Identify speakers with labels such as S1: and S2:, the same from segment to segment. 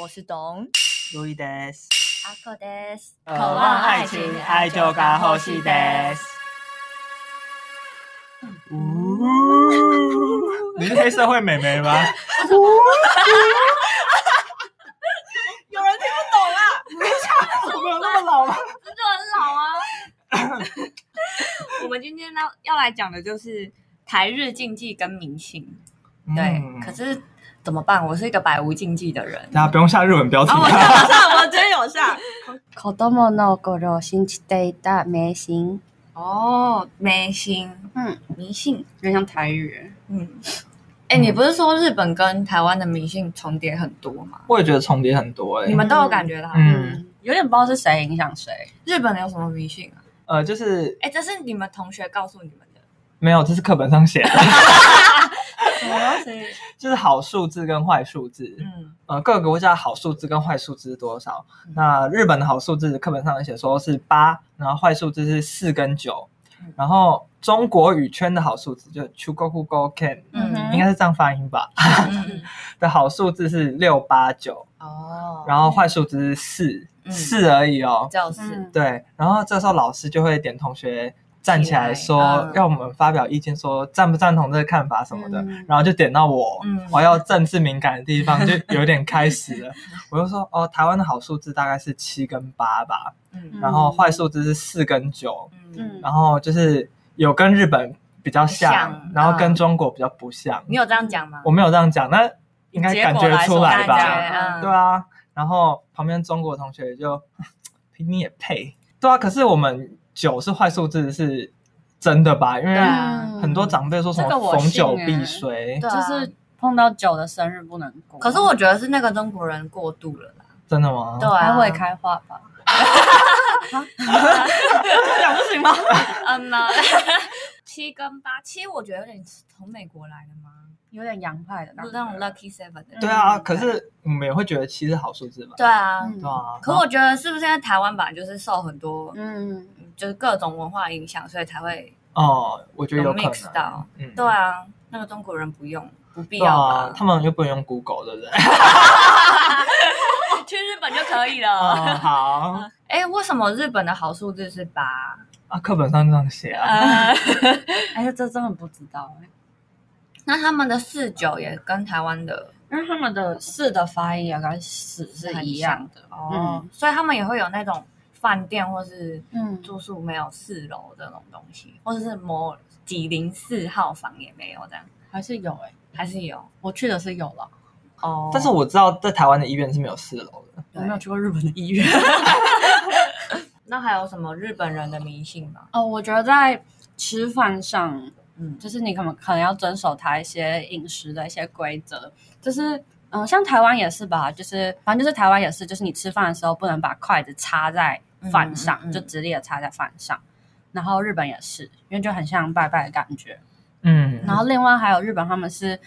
S1: 我是董呃
S2: 路易德斯，
S1: 阿克德斯，
S2: 渴望爱情，爱就该呼吸德斯。呜，你是黑社会美眉吗？
S1: 有人听不懂啊啦，
S2: 我没有那么老吗？
S1: 真的很老啊。 我们今天呢要来讲的就是台日竞技跟明星，对，
S2: 嗯
S1: 可是怎么办？我是一个百无禁忌的人。
S2: 大家不用下日文标题
S1: 啊，。我上了上，我真有上。
S3: 子供の頃信じていた迷信。
S1: 哦，迷信，
S3: 嗯，
S1: 迷信，
S3: 有点像台语。
S1: 嗯。哎、你不是说日本跟台湾的迷信重叠很多吗？
S2: 我也觉得重叠很多哎、
S1: 你们都有感觉到？
S2: 嗯，
S3: 有点不知道是谁影响谁。
S1: 日本的有什么迷信啊？
S2: 呃，就是
S1: 哎、这是你们同学告诉你们的。
S2: 没有，这是课本上写的，
S3: 什么东西？
S2: 就是好数字跟坏数字。
S1: 嗯，
S2: 呃，各个国家的好数字跟坏数字是多少？
S1: 嗯
S2: 那日本的好数字课本上写说是八，然后坏数字是四跟九
S1: 嗯，
S2: 然后中国语圈的好数字就 chugokugo ken，
S1: 嗯
S2: 应该是这样发音吧？
S1: 嗯
S2: 的好数字是六八九，
S1: 哦，
S2: 然后坏数字是四、
S1: 嗯
S2: 四而已哦。
S1: 就是、
S3: 嗯
S2: 对，然后这时候老师就会点同学站起来说，
S1: 起来嗯
S2: 让我们发表意见，说赞不赞同这个看法什么的，
S3: 嗯
S2: 然后就点到我，
S1: 嗯
S2: 我要政治敏感的地方就有点开始了。我就说，哦，台湾的好数字大概是七跟八吧，
S1: 嗯
S2: 然后坏数字是四跟九，
S1: 嗯，
S2: 然后就是有跟日本比较像，
S1: 像
S2: 然后跟
S1: 嗯
S2: 中国比较不像。
S1: 你有这样讲吗？
S2: 我没有这样讲，那应该
S1: 结
S2: 感
S1: 果
S2: 觉
S1: 来
S2: 出
S1: 说
S2: 来吧？
S1: 感觉嗯
S2: 对啊，然后旁边中国同学就 凭你也配？对啊，可是我们九是坏数字是真的吧？因
S1: 对
S2: 为
S1: 啊
S2: 很多长辈说什
S3: 这个
S2: 么
S3: 我
S2: 逢九
S3: 信
S2: 必
S3: 欸
S2: 衰，
S1: 对啊
S3: 就是碰到酒的生日不能过。
S1: 可是我觉得是那个中国人过度了啦。
S2: 真的吗？
S1: 对啊，
S3: 还会开化吧？
S1: 讲不行吗？嗯 呐，七跟八，七我觉得有点从美国来的吗？
S3: 有点洋派的
S1: 那
S3: 那
S1: 种 lucky seven 的。
S2: 对啊，
S3: 嗯
S2: 可是我们也会觉得七是好数字吧？
S1: 对啊，
S3: 嗯
S2: 对啊，
S1: 可我觉得是不是现在台湾版就是受很多
S3: 嗯，
S1: 就是各种文化影响，所以才会
S2: 哦，我觉得有
S1: 有
S2: 可
S1: mix
S2: 能，
S1: 到。
S2: 嗯，
S1: 对啊，那个中国人不用，不必
S2: 对
S1: 要
S2: 啊，
S1: 吧？
S2: 他们又不能用 Google，对不对？
S1: 去日本就可以
S2: 哦，
S1: 了。
S2: 好
S1: 哎，为什么日本的好数字是八？
S2: 啊，课本上这样写啊，
S1: 呃，
S3: 哎，这真的不知道哎，
S1: 那他们的四九也跟台湾的
S3: 因为他们的四的发音也跟死是一样的。
S1: 哦，
S2: 嗯
S1: 所以他们也会有那种饭店或是
S3: 嗯
S1: 住宿没有四楼这种东西，或者是某几零四号房也没有这样，
S3: 还是有哎，
S1: 还是有
S3: 我去的是有了，
S1: 哦。
S2: 但是我知道在台湾的医院是没有四楼的。
S3: 我没有去过日本的医院。
S1: 那还有什么日本人的迷信吗？
S3: 哦，我觉得在吃饭上
S1: 嗯，
S3: 就是你可能可能要遵守它一些饮食的一些规则，就是嗯、呃像台湾也是吧，就是反正就是台湾也是，就是你吃饭的时候不能把筷子插在饭上，
S1: 嗯嗯嗯
S3: 就直立的插在饭上。然后日本也是，因为就很像拜拜的感觉。
S2: 嗯
S3: 然后另外还有日本他们是，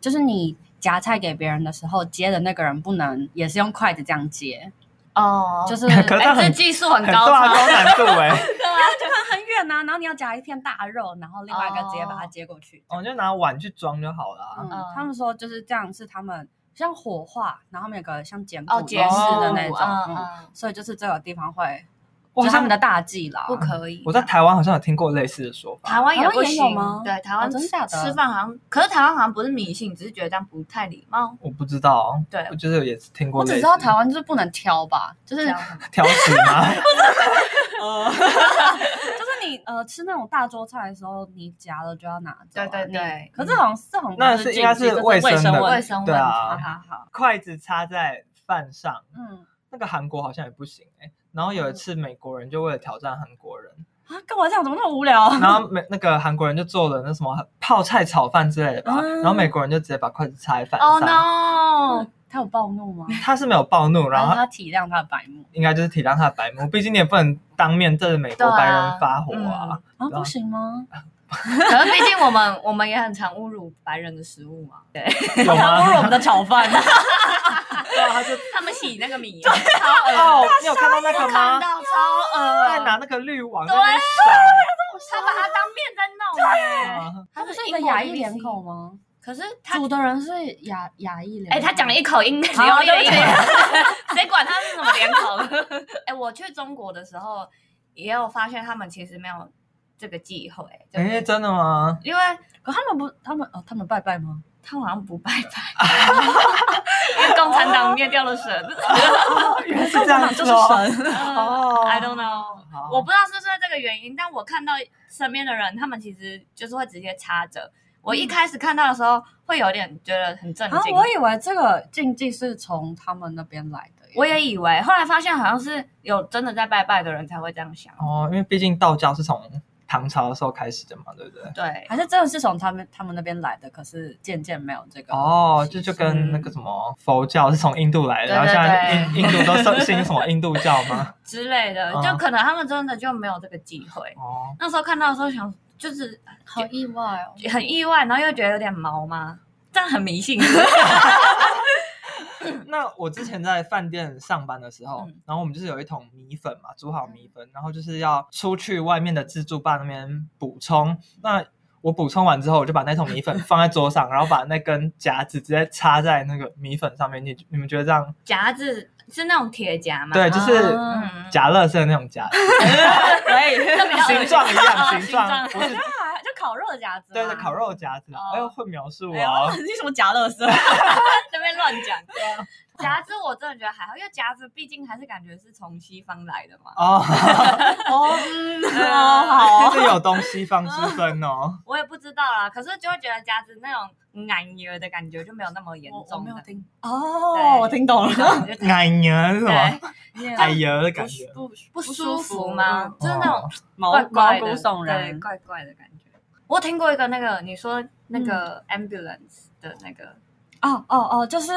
S3: 就是你夹菜给别人的时候，接的那个人不能也是用筷子这样接，
S1: 哦，
S3: 就是
S2: 可是
S1: 哎，这
S2: 他很
S1: 技术 很
S2: 很
S1: 高
S2: 大
S1: 超，
S2: 啊高难度哎、
S3: 就看很远呐、啊，然后你要夹一片大肉，然后另外一个直接把
S1: 哦
S3: 它接过去。
S2: 我就拿碗去装就好了啊。
S3: 嗯
S1: 嗯，
S3: 他们说就是这样，是他们像火化，然后他们有个像简骨
S1: 哦，
S3: 仪
S1: 解
S3: 式
S1: 释
S3: 的那种，
S1: 嗯
S3: 嗯
S1: 嗯，
S3: 所以就是这个地方会，
S2: 我
S3: 就
S2: 好
S3: 是他
S2: 像
S3: 们的大忌啦。
S1: 不可以。
S2: 我在台湾好像有听过类似的说
S1: 台
S2: 法。
S1: 湾也不
S3: 台湾也有
S1: 行
S3: 吗
S1: 对，台湾
S3: 哦真
S1: 吃
S3: 假的
S1: 吃饭好像，可是台湾好像不是迷信，只是觉得这样不太礼貌。
S2: 我不知道，
S1: 对
S2: 我就是也是听过
S3: 我
S2: 类似。
S3: 只知道台湾就是不能挑吧，就是
S1: 这
S3: 就
S1: 样
S3: 是
S2: 挑食吗？
S3: 你呃吃那种大桌菜的时候，你夹了就要拿走啊、
S1: 对对
S3: 你
S1: 对
S3: 可是好像这种
S2: 那是应该
S3: 禁
S2: 是
S3: 忌这是
S2: 卫
S3: 卫
S2: 生的
S3: 问
S1: 卫
S3: 题。
S1: 生
S2: 对
S1: 问题。
S3: 好
S2: 啊，
S3: 好好，
S2: 筷子插在饭上，
S3: 嗯
S2: 那个韩国好像也不行哎、然后有一次美国人就为了挑战韩国人，
S3: 啊，干嘛这样？怎么那么无聊？
S2: 然后美那个韩国人就做了那什么泡菜炒饭之类的吧，
S3: 嗯
S2: 然
S3: Oh
S2: 后美国人就直接把筷子插在饭
S1: 哦
S2: 上。
S1: no！
S3: 他有暴怒吗？
S2: 他是没有暴怒，然
S3: 然
S2: 后
S3: 后
S2: 他
S3: 他体谅他的白目
S2: 应该就是体谅他的白目，毕竟你也不能当面对着美
S1: 对
S2: 国
S1: 啊
S2: 白人发火啊。
S3: 啊，
S2: 对啊
S3: 不行吗？
S1: 可是毕竟我们 我们也很常侮辱白人的食物嘛，对，
S2: 有
S3: 嗯 他侮辱我
S2: 吗？
S3: 们的炒饭，
S2: 对啊，他就
S1: 他啊们洗那个 米，
S2: 哦，你有看到那个吗
S1: 看？到超恶，
S2: 在拿那个滤网在
S1: 呃对啊
S2: 那边甩
S1: 他把它当面在弄耶，欸
S2: 啊，
S3: 他不是一个
S2: 哦
S1: 英国
S3: 亚
S1: 的
S3: 裔
S1: BBC
S3: 脸孔吗？
S1: 可是他
S3: 煮的人是亚亚裔脸，
S4: 哎、他讲了一口英，只
S3: 好
S4: 用
S3: 对
S4: 了一
S3: 不起
S4: 口音， 谁管他是什么脸孔？
S1: 哎、我去中国的时候，也有发现他们其实没有这个忌讳、就是
S2: 哎，真的吗？
S1: 因为
S3: 可他们不，他们哦，他们拜拜吗？
S1: 他们好像不拜拜，
S4: 因为共产党灭掉了神。
S2: 原来是这样
S3: 就
S2: 子
S3: 是
S2: 哦。
S3: 神，
S2: 哦
S1: 嗯 I don't know，
S2: 好
S1: 我不知道是不是这个原因，但我看到身边的人，他们其实就是会直接插着。我一开始看到的时候，会有点觉得很震
S3: 啊
S1: 惊。，
S3: 我以为这个禁忌是从他们那边来的耶，
S1: 我也以为，后来发现好像是有真的在拜拜的人才会这样想。
S2: 哦，因为毕竟道教是从唐朝的时候开始的嘛，对不对？
S1: 对，
S3: 还是真的是从他们他们那边来的，可是渐渐没有这个
S2: 哦，
S3: 习
S2: 就就
S3: 俗
S2: 跟那个什么佛教是从印度来
S1: 对对
S2: 的，然后现在印印度都是信什么印度教吗？
S1: 之类的，
S2: 嗯
S1: 就可能他们真的就没有这个机会。
S2: 哦，
S1: 那时候看到的时候想，就是
S3: 好意外哦。
S1: 很意外，然后又觉得有点毛吗？但很迷信。
S2: 那我之前在饭店上班的时候，
S1: 嗯
S2: 然后我们就是有一桶米粉嘛，煮好米粉，然后就是要出去外面的自助吧那边补充。那我补充完之后，我就把那桶米粉放在桌上，然后把那根夹子直接插在那个米粉上面。你你们觉得这样？
S1: 夹子是那种铁夹吗？
S2: 对，就是
S3: 啊
S1: 嗯，
S2: 夹乐色的那种夹子，
S3: 可 以，
S2: 形状一样，形状
S1: 形状
S2: 不是
S3: 就烤肉夹子，
S2: 对对烤。肉夹子。哎呦，会描述
S3: 哎呦
S2: 哦，，
S3: 你什么夹乐色？
S1: 那边乱讲。啊夹子我真的觉得还好，因为夹子毕竟还是感觉是从西方来的嘛。
S2: 哦。
S3: 哦，嗯哦，好
S2: 就是有东西方之 分哦。
S1: 我也不知道啦，可是就会觉得夹子那种难捏的感觉就没有那么严
S3: 我我
S1: 重
S3: 没有
S1: 了。
S3: 听哦，我听懂了，
S1: 就
S2: 奶娘是什么？ 奶
S3: 哎，
S2: 油的感觉。
S3: 不
S1: 不舒服
S3: 吗？
S1: 吗？就是那种
S3: 毛
S1: 怪
S3: 毛
S1: 怪
S3: 骨
S1: 的
S3: 悚
S1: 对，
S3: 然。
S1: 怪怪的感觉。我听过一个那个你说那个
S3: 嗯
S1: ambulance 的那个
S3: 哦哦哦，就是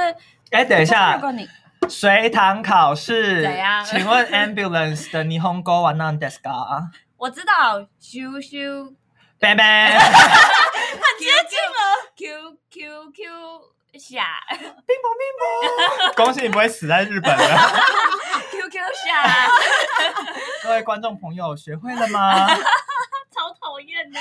S2: 哎，等一
S3: 就是
S2: 下
S3: 如，果你
S2: 随堂考试
S1: 怎样
S2: 请问 ambulance 的霓虹歌玩 n です d 啊？
S1: 我知道，咻咻
S2: 拜拜，
S1: 接近了，Q Q Q 下
S2: 恭喜你不会死在日 本了。
S1: 啊，Q Q 下，
S2: 各位观众朋友，学会了吗？
S1: 超讨厌的。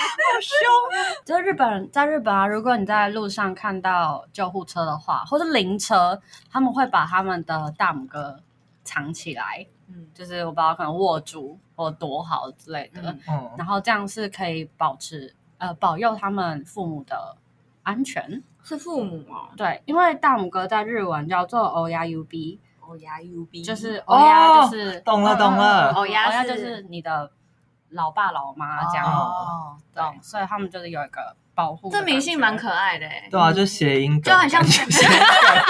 S3: 就是日本人在日本啊，如果你在路上看到救护车的话，或是灵车，他们会把他们的大拇哥藏起来，
S1: 嗯
S3: 就是我不知道可能握住或躲好之类的，
S1: 嗯
S2: 嗯，
S3: 然后这样是可以保持呃保佑他们父母的安全。
S1: 是父母哦，
S3: 对，因为大拇哥在日文叫做欧亚 U B，
S1: 欧哦牙 U B，
S3: 就是欧亚
S2: 哦
S3: 就是呃
S2: 懂了懂了
S3: 欧
S1: 欧
S3: 亚
S1: 亚
S3: 就是你的老爸老妈这样，
S1: 哦，
S3: 懂？所以他们就是有一个保护。
S1: 这迷信蛮可爱的欸，
S2: 对啊，就谐音
S1: 就
S2: 梗，
S1: 很像
S2: 感觉谐音梗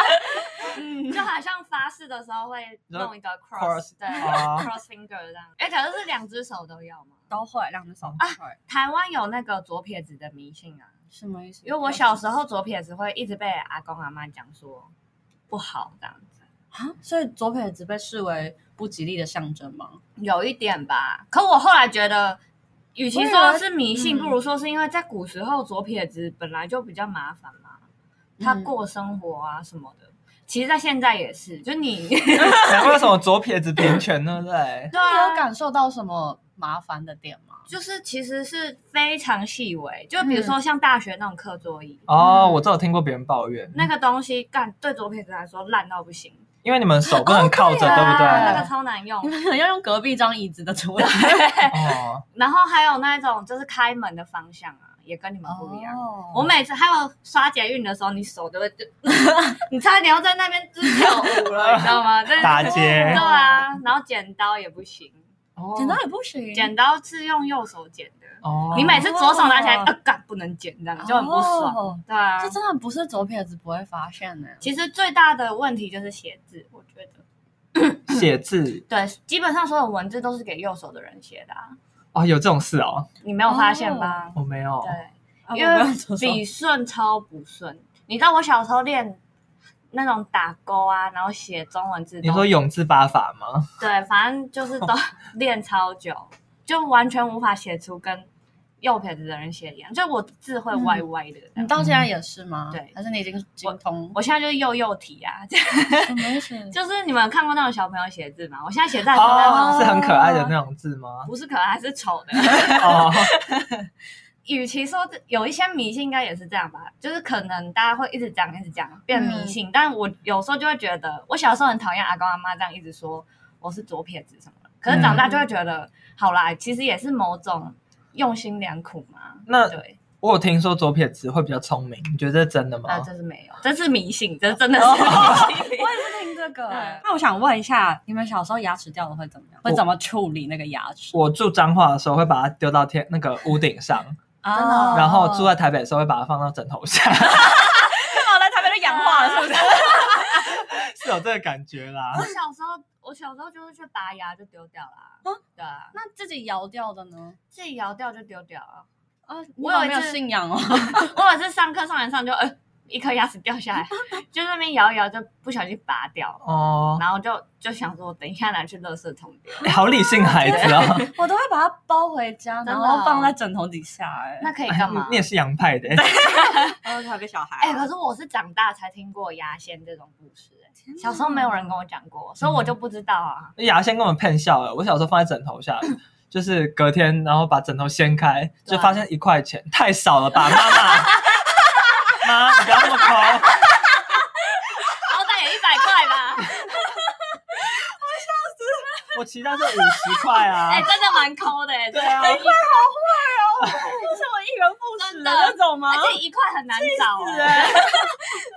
S3: 嗯，
S1: 就好像发誓的时候会弄一个嗯
S2: cross
S1: cross，对啊
S2: 哦
S1: ，cross finger 这样。哎，可是是两只手都要吗？
S3: 都会两只手都会。
S1: 台湾有那个左撇子的迷信啊，
S3: 啊什么意思？
S1: 因为我小时候左撇子会一直被阿公阿妈讲说不好这样子。
S3: 啊，所以左撇子被视为不吉利的象征吗？
S1: 有一点吧。可我后来觉得，与其说是迷信，
S3: 嗯
S1: 不如说是因为在古时候左撇子本来就比较麻烦嘛，
S3: 嗯
S1: 他过生活啊什么的。其实，在现在也是，就 你
S2: 难怪为什么左撇子平权，对不对？
S1: 对
S3: 你有
S1: 啊，
S3: 感受到什么麻烦的点吗？
S1: 就是其实是非常细微，就比如
S3: 嗯
S1: 说像大学那种课桌椅。
S2: 哦，我只有听过别人抱怨，
S1: 嗯那个东西干对左撇子来说烂到不行，
S2: 因为你们手不能靠着，对不
S1: 啊
S2: 对
S1: 那个？超难用
S3: 你。们可能要用隔壁张椅子的桌子，
S1: 啊
S2: 哦，
S1: 然后还有那种就是开门的方向啊，也跟你们不一样。
S3: 哦
S1: 我每次还有刷捷运的时候，你手都会，就 你差点要在那边就是跳舞了，你知道吗？真的
S2: 打结
S1: 对啊，然后剪刀也不行，
S2: 哦
S3: 剪刀也不行，
S1: 剪刀是用右手剪的，
S2: 哦，
S1: 你每次左手拿起来，
S3: 哦
S1: 啊，干不能剪，这样就很不爽。
S3: 哦
S1: 对啊，
S3: 这真的不是左撇子不会发现的。
S1: 其实最大的问题就是写字，我觉得。
S2: 写字
S1: 对，基本上所有文字都是给右手的人写的、啊，
S2: 哦，有这种事哦，
S1: 你没有发现吧？
S2: 我没有。
S1: 对，
S3: 啊
S1: 因
S3: 我没
S1: 为
S3: 有左手
S1: 笔顺超不顺。你知道我小时候练那种打勾啊，然后写中文字都，
S2: 你说永字八法吗？
S1: 对，反正就是都 练超久，就完全无法写出跟右撇子的人写一样，就我字会歪歪的。
S3: 你到现在也是吗？
S1: 对
S3: 还是你已经精通？
S1: 我现在就是右右体啊， 就
S3: 什么意 思？
S1: 就是你们有看过那种小朋友写字吗？我现在写字还是那种
S2: 哦哦，是很可爱的那种字吗？
S1: 不是可爱，是丑的。
S2: 哦，
S1: 与其说这有一些迷信，应该也是这样吧，就是可能大家会一直讲，一直讲变迷信。但我有时候就会觉得，我小时候很讨厌阿公阿妈这样一直说我是左撇子什么的，可是长大就会觉得，好啦，其实也是某种用心良苦嘛。
S2: 那
S1: 对，
S2: 我有听说左撇子会比较聪明，你觉得这真的吗？
S1: 那啊这是没有，这是迷信，这真的是迷信。
S3: 我也是听这个
S1: 对
S3: 欸。那我想问一下，你们小时候牙齿掉了会怎么样？会
S2: 我
S3: 怎么处理那个牙 齿？
S2: 我住彰化的时候会把它丢到天那个屋顶上，
S3: 啊
S1: 真的 哦
S2: 然后住在台北的时候会把它放到枕头下，
S3: 干嘛来啊台北就氧化了，是不是？
S2: 是有这个感觉啦
S1: 我。 小时候，我小时候就是去拔牙就丢掉啦。
S3: 啊
S1: 对啊，
S3: 那自己摇掉的呢？
S1: 自己摇掉就丢掉啊。
S3: 啊，
S1: 我
S3: 我
S1: 有
S3: 有
S1: 一
S3: 没有
S1: 次
S3: 信仰哦？
S1: 我每次上课上完上就呃一颗牙齿掉下 来，就在那边摇一摇，就不小心拔掉，
S2: 哦、
S1: 然后就就想说等一下拿去垃圾桶丢。
S2: 欸好理性孩子 哦，
S3: 我都会把它包回家，
S1: 的
S3: 然
S1: 哦
S3: 后放在枕头底下。哎，
S1: 那可以干嘛
S2: 你？也是洋派的欸、
S3: 然后还有个小孩啊
S1: 哎、 可是我是长大才听过牙仙这种故事、哎
S3: 天哪嗯
S1: 小时候没有人跟我讲过，所以我就不知道啊。
S2: 牙仙跟我们骗笑了。我小时候放在枕头 下，就是隔天然后把枕头掀开，
S1: 对
S2: 就
S1: 啊
S2: 发现一块钱太少了吧，妈 妈。妈，你不要那么抠，
S1: 好歹哦也一百块 吧，
S2: 我期待是五十块啊
S1: 哎、。真的蛮抠的、哎
S2: 对啊，
S3: 哦 是我一元复
S1: 真
S3: 始
S1: 的
S3: 的啊那种吗
S1: 而？且一块很难找、 哎
S2: 哎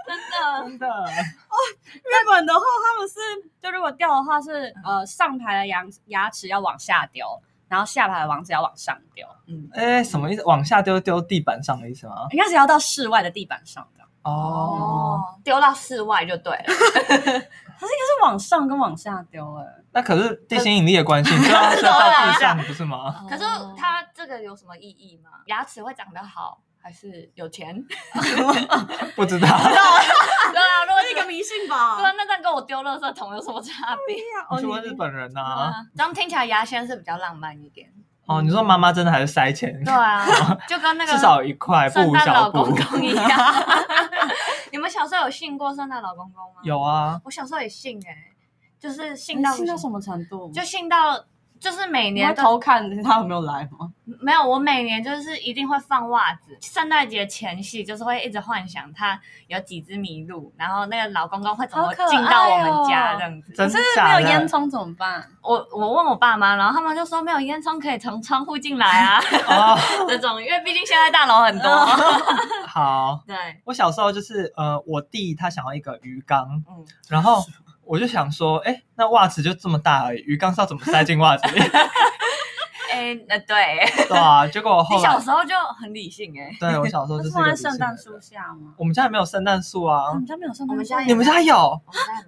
S1: 真的。
S2: 真的，
S3: 日本的话，他们是就如果掉的话是呃上排的牙牙齿要往下丢，然后下排的王子要往上丢，
S2: 哎，什么意思？往下丢丢地板上的意思吗？
S3: 应该是要到室外的地板上的。
S2: 哦，
S1: 哦，丢到室外就对了。
S3: 就是往上跟往下丢，哎，
S2: 那可是地心引力的关系，就要摔到地上，不是 吗？
S3: 哦
S1: 可是它这个有什么意义吗？牙齿会长得好，还是有钱？
S2: 不知道，
S1: 对啊，如果
S3: 这
S1: 你
S3: 个迷信吧哦
S1: 对啊，那这样跟我丢垃圾桶有什么差别？
S2: 你去问日本人呐。
S1: 啊，这样听起来牙仙是比较浪漫一 点。
S2: 哦，你说妈妈真的还是塞钱，
S1: 对啊，就跟那个
S2: 至少一块
S1: 圣
S2: 不无
S1: 诞
S2: 小
S1: 老
S2: 补
S1: 公。公一样。你们小时候有信过圣诞老公公吗？，
S2: 有啊，
S1: 我小时候也信哎，就是信
S3: 信
S1: 到
S3: 到
S1: 不行
S3: 什么程度？
S1: 就信到。就是每
S3: 你
S1: 年
S3: 会
S1: 都
S3: 偷看他有没有来吗？
S1: 没有，我每年就是一定会放袜子。圣诞节前夕就是会一直幻想它有几只麋鹿，然后那个老公公会怎么
S3: 好可爱哦
S1: 进到我们家这样子。
S2: 真的
S3: 是没
S2: 假
S3: 有烟
S2: 的？
S3: 囱怎么办？
S1: 我我问我爸妈，然后他们就说没有烟囱可以从窗户进来 啊，
S2: 哦，
S1: 这种，因为毕竟现在大楼很
S3: 嗯
S1: 多。
S2: 好。
S1: 对，
S2: 我小时候就是呃，我弟他想要一个鱼缸，
S1: 嗯，
S2: 然后我就想说，哎，那袜子就这么大而已，鱼缸是要怎么塞进袜子里？
S1: 哎、呃，对，
S2: 对啊，结果
S1: 你
S2: 后
S1: 小
S2: 来，
S1: 时候就很理性哎、
S2: 对我小时候就是一
S3: 放
S2: 个
S3: 在
S2: 理性
S3: 圣诞树嗯
S2: 的人，
S3: 下吗？
S2: 我们家也没有圣诞树
S3: 我
S2: 啊
S3: 们，家没有圣
S1: 我们
S3: 诞树
S1: 家，也
S2: 你们家有？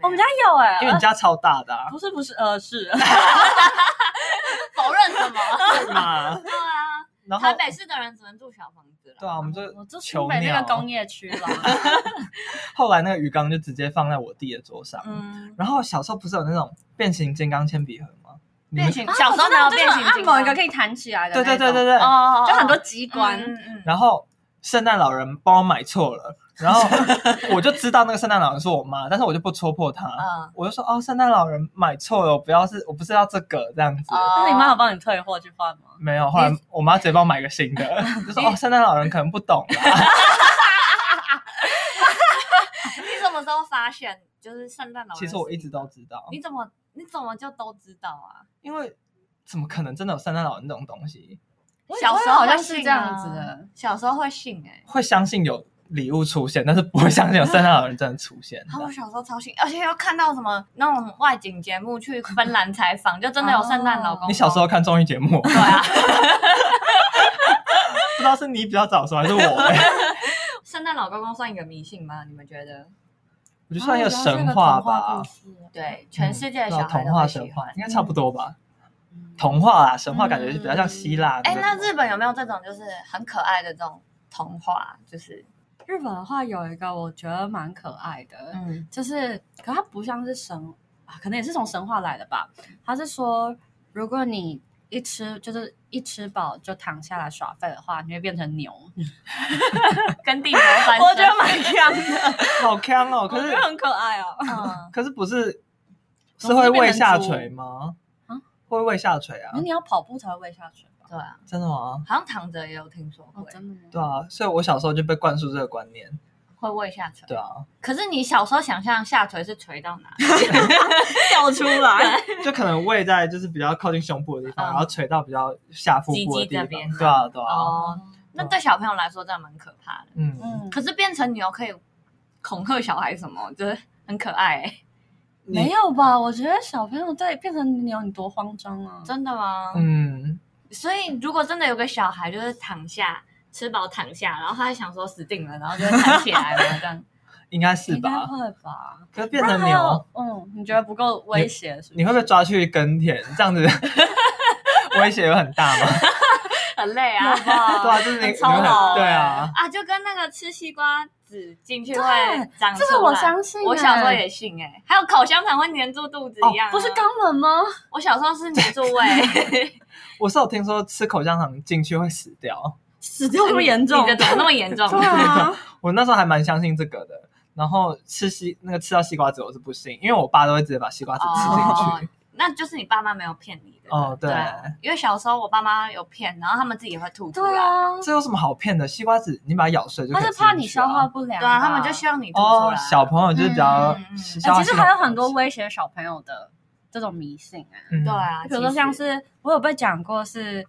S3: 我们家有哎，
S2: 因为你家超大的啊，
S3: 不是不是，呃 是，
S1: 否认什 么？
S2: 对嘛？
S1: 对啊，
S2: 然后
S1: 台北市的人只能住小房子
S2: 对
S1: 了。
S2: 啊，我们就
S3: 我
S2: 囚
S3: 住新北那
S2: 鸟
S3: 个工业区 啊了。
S2: 后来那个鱼缸就直接放在我弟的桌上。
S1: 嗯，
S2: 然后小时候不是有那种变形金刚铅笔盒吗？你
S1: 变
S2: 们
S1: 形，
S3: 啊
S1: 小时候哪有
S3: 我知道
S1: 变
S3: 就是
S1: 形
S3: 按
S1: 金
S3: 某
S1: 刚？
S3: 一个可以弹起来的那
S2: 对
S3: 种，
S2: 对对对对。
S1: 哦，
S3: 就很多机
S1: 关，
S3: 关。
S1: 嗯
S2: 然后圣诞老人帮我买错了，然后我就知道那个圣诞老人是我妈，但是我就不戳破他，
S1: 嗯
S2: 我就说哦，圣诞老人买错了，我不要是我不是要这个这样子。
S1: 哦
S3: 那你妈有帮你退货去换吗？
S2: 没有，后来我妈直接帮我买个新的，就说哦，圣诞老人可能不懂啊啦。
S1: 你什么时候发现就是圣诞老人？
S2: 其实我一直都，知道，
S1: 你怎么你怎么就都知道啊？
S2: 因为怎么可能真的有圣诞老人这种东西？
S1: 小时候
S3: 好
S1: 会
S3: 像
S1: 信
S3: 是
S1: 啊
S3: 这样子的，，
S1: 小时候会信哎、
S2: 会相信有礼物出现，但是不会相信有圣诞老人真的出现。
S1: 然后我小时候超信，而且又看到什么那种外景节目去芬兰采访，就真的有圣诞老公公。
S2: 哦你小时候看综艺节 目，
S1: 对啊，
S2: 不知道是你比较早熟还是 我、欸
S1: 圣诞老公公算一个迷信吗？你们觉得？
S2: 哦我就
S1: 哦
S2: 算一个神话吧，
S1: 对，全世界的
S2: 嗯对
S1: 小
S2: 啊
S1: 孩
S2: 童
S1: 都会
S2: 话
S1: 喜
S2: 神
S1: 欢嗯
S2: 话。应该差不多吧。童话啊，神话感觉是比较像希腊。
S1: 哎、那日本有没有这种就是很可爱的这种童话？就是
S3: 日本的话有一个我觉得蛮可爱的，
S1: 嗯，
S3: 就是可它不像是神啊，可能也是从神话来的吧。它是说，如果你一吃就是一吃饱就躺下来耍废的话，你会变成牛。
S1: 跟地牛翻身。
S3: 蛮强 的，
S2: 好坑 哦，
S3: 我
S2: 可
S3: 觉
S2: 是
S3: 得很可爱啊。
S1: 嗯，
S2: 可是不是是
S3: 怎么
S2: 会
S3: 会变成
S2: 胃下
S3: 猪
S2: 垂吗
S3: 啊？
S2: 会胃下垂啊
S1: 嗯
S3: 可是？你要跑步才会喂下去吧？
S1: 对啊，
S2: 真的吗？
S1: 好像躺着也有听说过，
S3: 哦
S1: 欸
S3: 真的吗？
S2: 对啊，所以我小时候就被灌输这个观念。
S1: 会胃下垂。
S2: 对啊，
S1: 可是你小时候想象下垂是垂到哪？
S3: 笑出来，
S2: 就可能胃在就是比较靠近胸部的地方，
S1: 嗯
S2: 然后垂到比较下腹部的
S1: 鸡鸡这
S2: 地
S1: 边
S2: 方。对啊，对啊，
S1: 哦，那对小朋友来说真的蛮可怕的。
S2: 嗯，
S1: 可是变成你又可以恐吓小孩什么，就是很可爱、欸。
S2: 你
S3: 没有吧？我觉得小朋友对变成牛，你多慌张啊！
S1: 真的吗？
S2: 嗯，
S1: 所以如果真的有个小孩就是躺下。吃饱躺下，然后他还想说死定了，然后就弹起来 了，这样
S2: 应该是
S3: 应该
S2: 吧？
S3: 会吧？
S2: 可是
S3: 不
S2: 变
S3: 然
S2: 成
S3: 还
S2: 牛
S3: 有，，嗯，你觉得不够威胁是不是？
S2: 你会不会抓去耕田？这样子 威胁有很大吗？
S1: 很累 啊。
S2: 对啊，就是你
S1: 很
S2: 你
S1: 操
S2: 会
S1: 劳
S2: 对
S1: 欸
S2: 啊，
S1: 啊，就跟那个吃西瓜籽进去
S3: 对
S1: 会长出
S3: 这
S1: 来，
S3: 个我相信欸，
S1: 我小时候也信哎、还有口香糖会粘住肚子一样啊、
S3: 不是肛门吗？
S1: 我小时候是粘住 胃，
S2: 我是有听说吃口香糖进去会死掉，
S3: 死掉 这么严重？
S1: 你的怎么那么严重？
S3: 对啊，
S2: 我那时候还蛮相信这个的。然后吃西那个吃到西瓜籽我是不信，因为我爸都会直接把西瓜籽吃进
S1: 哦
S2: 去。，
S1: 那就是你爸妈没有骗你的。
S2: 哦，对，
S1: 啊因为小时候我爸妈有骗，然后他们自己也会吐出来。
S3: 对啊，
S2: 这有什么好骗的？西瓜籽你把它咬碎就可
S3: 他
S2: 以
S3: 是
S2: 吃
S3: 怕
S2: 进
S3: 你
S2: 去
S3: 消
S2: 啊
S3: 化不良
S1: 对
S3: 吧，
S1: 啊，他们就希望你吐出
S2: 哦
S1: 来。，
S2: 小朋友就是比较
S1: 嗯嗯嗯
S2: 消
S3: 哎、
S2: 化
S3: 其实
S2: 系统
S3: 还有很多
S2: 比较
S3: 威胁小朋友的这种迷信哎、
S2: 嗯
S1: 对啊，
S3: 比如说像
S1: 其实
S3: 是我有被讲过是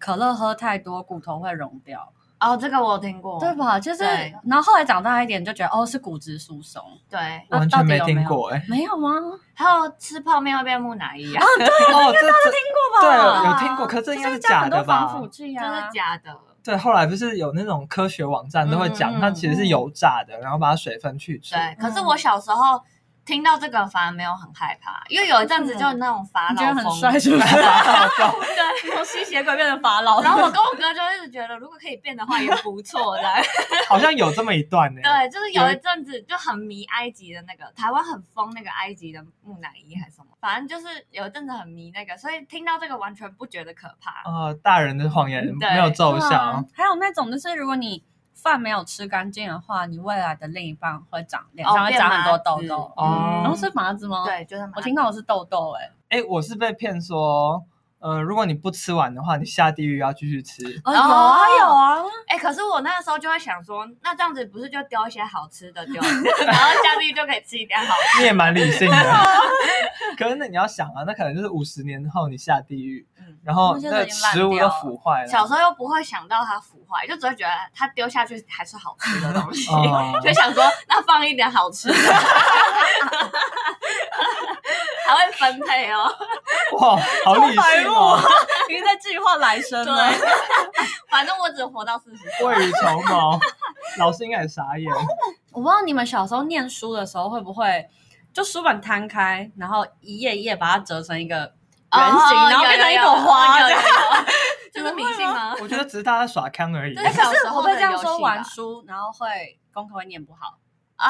S3: 可乐喝太多骨头会溶掉，
S1: 哦，这个我有听过，
S3: 对吧？就是
S1: 对
S3: 然后后来长大一点就觉得哦是骨质疏松，
S1: 对，
S2: 完全没听
S3: 啊到底有
S2: 过 哎。
S3: 没有啊吗？
S1: 还有吃泡面会变木乃伊啊，
S2: 哦，这这
S3: 听过
S2: 对
S3: 吧？
S2: 有听过，可这应该
S3: 就是是加
S2: 假
S3: 很多
S2: 的吧
S3: 防？腐剂
S1: 这
S3: 啊，
S1: 是假的。
S2: 对，后来不是有那种科学网站都会
S1: 嗯
S2: 讲，
S1: 嗯
S2: 它其实是油炸的，然后把它水分去除。
S1: 对，
S3: 嗯
S1: 可是我小时候听到这个反而没有很害怕，因为有一阵子就是那种法
S3: 你
S1: 老
S3: 觉得
S1: 风，
S3: 很帅 是不是？
S1: 对。
S3: 从吸血鬼变成法 老，
S1: 然后我跟我哥就一直觉得，如果可以变的话也不错的。
S2: 好像有这么一段 呢。
S1: 对，就是有一阵子就很迷埃及的那个，台湾很疯那个埃及的木乃伊还是什么，反正就是有一阵子很迷那个，所以听到这个完全不觉得可怕。
S2: 呃，大人的谎言
S1: 对
S2: 没有奏
S3: 对啊
S2: 效。
S3: 还有那种就是，如果你饭没有吃干净的话，你未来的另一半会长脸
S1: 哦
S3: 上会
S1: 变
S3: 长很多
S1: 麻
S3: 痘
S1: 子
S3: 痘。
S2: 哦
S3: 然后是麻子吗？，
S1: 对，就是蛮
S3: 我听到我是痘痘哎、
S2: 哎，我是被骗说，呃，如果你不吃完的话，你下地狱要继续吃。
S3: 哦
S1: 有啊有
S3: 啊，
S1: 哎、可是我那个时候就会想说，那这样子不是就丢一些好吃的丢， 然后下地狱就可以吃一点好
S2: 你也蛮理性的。可是那你要想啊，那可能就是五十年后你下地狱，
S1: 嗯
S2: 然后
S3: 那就
S2: 那
S3: 已经烂
S2: 食物
S3: 掉
S2: 都
S3: 了
S2: 腐坏了。
S1: 小时候又不会想到它腐坏，就只会觉得它丢下去还是好吃的东西，
S2: 哦
S1: 就想说那放一点好吃的，还会分配哦。
S2: 哇，好理性哦，
S3: 因为在计划来生呢。
S1: 对，反正我只活到四十岁。
S2: 未雨绸缪。老师应该也傻 眼，
S3: 我不知道你们小时候念书的时候会不会就书本摊开，然后一页一页把它折成一个圆形，
S1: 哦
S3: 然后
S1: 有
S3: 变成一
S1: 有
S3: 朵花
S1: 有
S3: 这
S1: 有
S3: 样。
S1: 有 这是迷 信吗？
S2: 我觉得只是大家耍康而已。
S1: 对
S3: 可
S1: 小
S3: 是
S1: 时
S3: 我
S1: 候
S3: 被
S1: 的
S3: 这样说，玩
S1: 游戏吧
S3: 书然后会功课会念不好，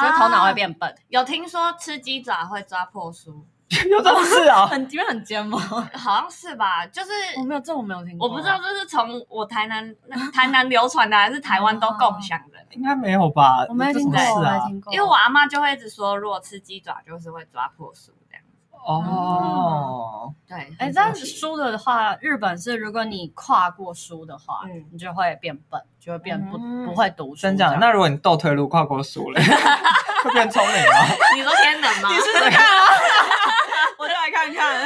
S3: 就
S1: 啊
S3: 是头脑会。变笨，
S1: 有听说吃鸡爪会抓破书，
S2: 有这种事 啊？
S3: 很因为 很尖吗？
S1: 好像是吧？就是
S3: 我没有，这我没有听过，
S1: 我不知道这是从我台南 台南流传的，还是台湾都共享的。
S2: 应该没有吧？
S3: 我没有
S2: 这
S3: 听
S2: 什么
S3: 过，我
S2: 事
S3: 没有
S2: 啊？
S3: 听过，
S1: 因为我阿妈就会一直说，如果吃鸡爪就是会抓破书这样。
S2: 哦，
S1: 对，
S3: 哎，但是书的话，日本是如果你跨过书的话，
S1: 嗯
S3: 你就会变笨，就会变不、
S1: 嗯
S3: 不会读书这样。
S2: 真假？那如果你倒退路跨过书嘞， 会变聪明啊吗？
S1: 你说天能吗？
S3: 我就来看看。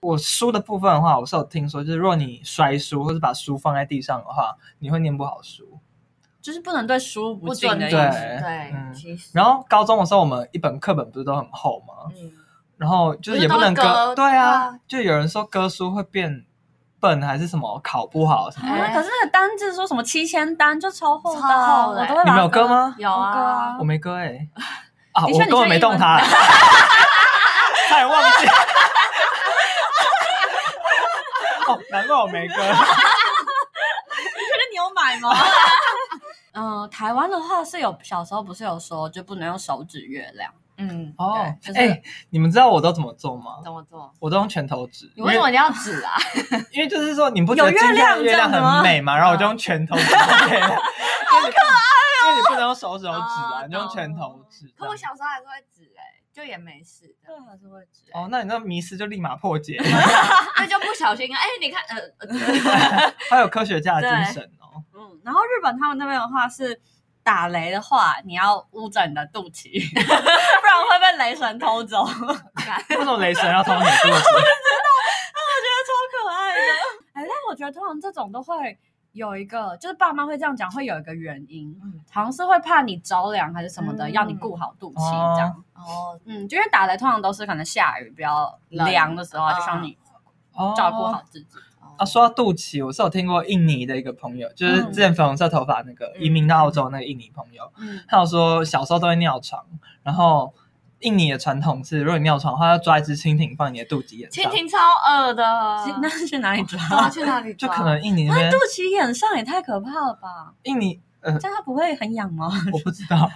S2: 我书的部分的话，我是有听说，就是如果你摔书或者把书放在地上的话，你会念不好书。
S3: 就是不能对书不
S1: 不
S3: 敬
S1: 准
S3: 的
S1: 的意
S3: 啊意思。
S2: 对
S1: 思对，
S2: 嗯
S1: 其实，
S2: 然后高中的时候，我们一本课本不是都很厚吗？
S1: 嗯，
S2: 然后就是也
S1: 不是都
S2: 能
S1: 会割
S2: 割，对啊
S1: 啊，
S2: 就有人说割书会变笨还是什么，考不好什么。
S1: 哎
S3: 啊，可是那个单字说什么七千单就超厚的啊，
S1: 超厚的
S3: 我都会把
S2: 你
S3: 它
S2: 们有割？吗？
S1: 有
S3: 我哥
S1: 啊
S3: 啊，
S2: 我没割哎、啊，
S3: 的
S2: 我
S3: 确
S2: 根本没动它， 差点忘记。 哦，难怪我没 割。
S3: 你确定你有买吗？ 嗯，台湾的话是有小时候不是有说就不能用手指月亮，
S1: 嗯，
S2: 哦，
S1: 对
S2: 哎、
S3: 就是
S2: 你们知道我都怎么做吗？
S1: 怎么做？
S2: 我都用拳头指，
S1: 你为什么一定要指 啊？
S2: 因为？因为就是说，你不觉得
S3: 有
S2: 今
S3: 月
S2: 天
S3: 亮
S2: 的月亮
S3: 这样子吗
S2: 很美嘛？然后我就用拳头指 月亮，好可爱因为你不能用手指头指啊，
S1: 哦
S2: 你就用拳头指。
S3: 哦
S1: 可我小时候还是会指哎，就也没事的，
S3: 对，还是会吃。
S2: 哦，那你那迷失就立马破 解，
S1: 那就不小心啊哎，你看呃呃，
S2: 还有科学家的精神哦。
S3: 嗯，然后日本他们那边的话是打雷的话，你要捂着你的肚脐， 不然会被雷神偷走， 超
S2: 为什么雷神要偷你的肚子？
S3: 可爱的。哎，但我觉得通常这种都会有一个，就是爸妈会这样讲，会有一个原因，
S1: 嗯
S3: 好像是会怕你着凉还是什么的，
S1: 嗯
S3: 要你顾好肚脐这样。
S1: 哦，
S3: 嗯，就因为打雷通常都是可能下雨比较凉的时候，
S1: 冷
S3: 就希望你
S2: 哦
S3: 照顾好自己。
S2: 啊，说到肚脐，我是有听过印尼的一个朋友，就是之前粉红色头发那个、
S1: 嗯
S2: 移民到澳洲那个印尼朋友，
S3: 嗯，
S2: 他有说小时候都会尿床，然后印尼的传统是，如果你尿床的话，要抓一只蜻蜓放你的肚脐眼
S1: 蜻
S2: 上，
S1: 蜓超恶的，
S3: 那是去哪里抓？
S1: 然后去哪里
S2: 就
S1: 抓？
S2: 可能印尼那
S3: 那
S2: 边
S3: 啊肚脐眼上也太可怕了吧？
S2: 印尼呃，
S3: 这样它不会很痒吗？
S2: 我不知道，
S3: 好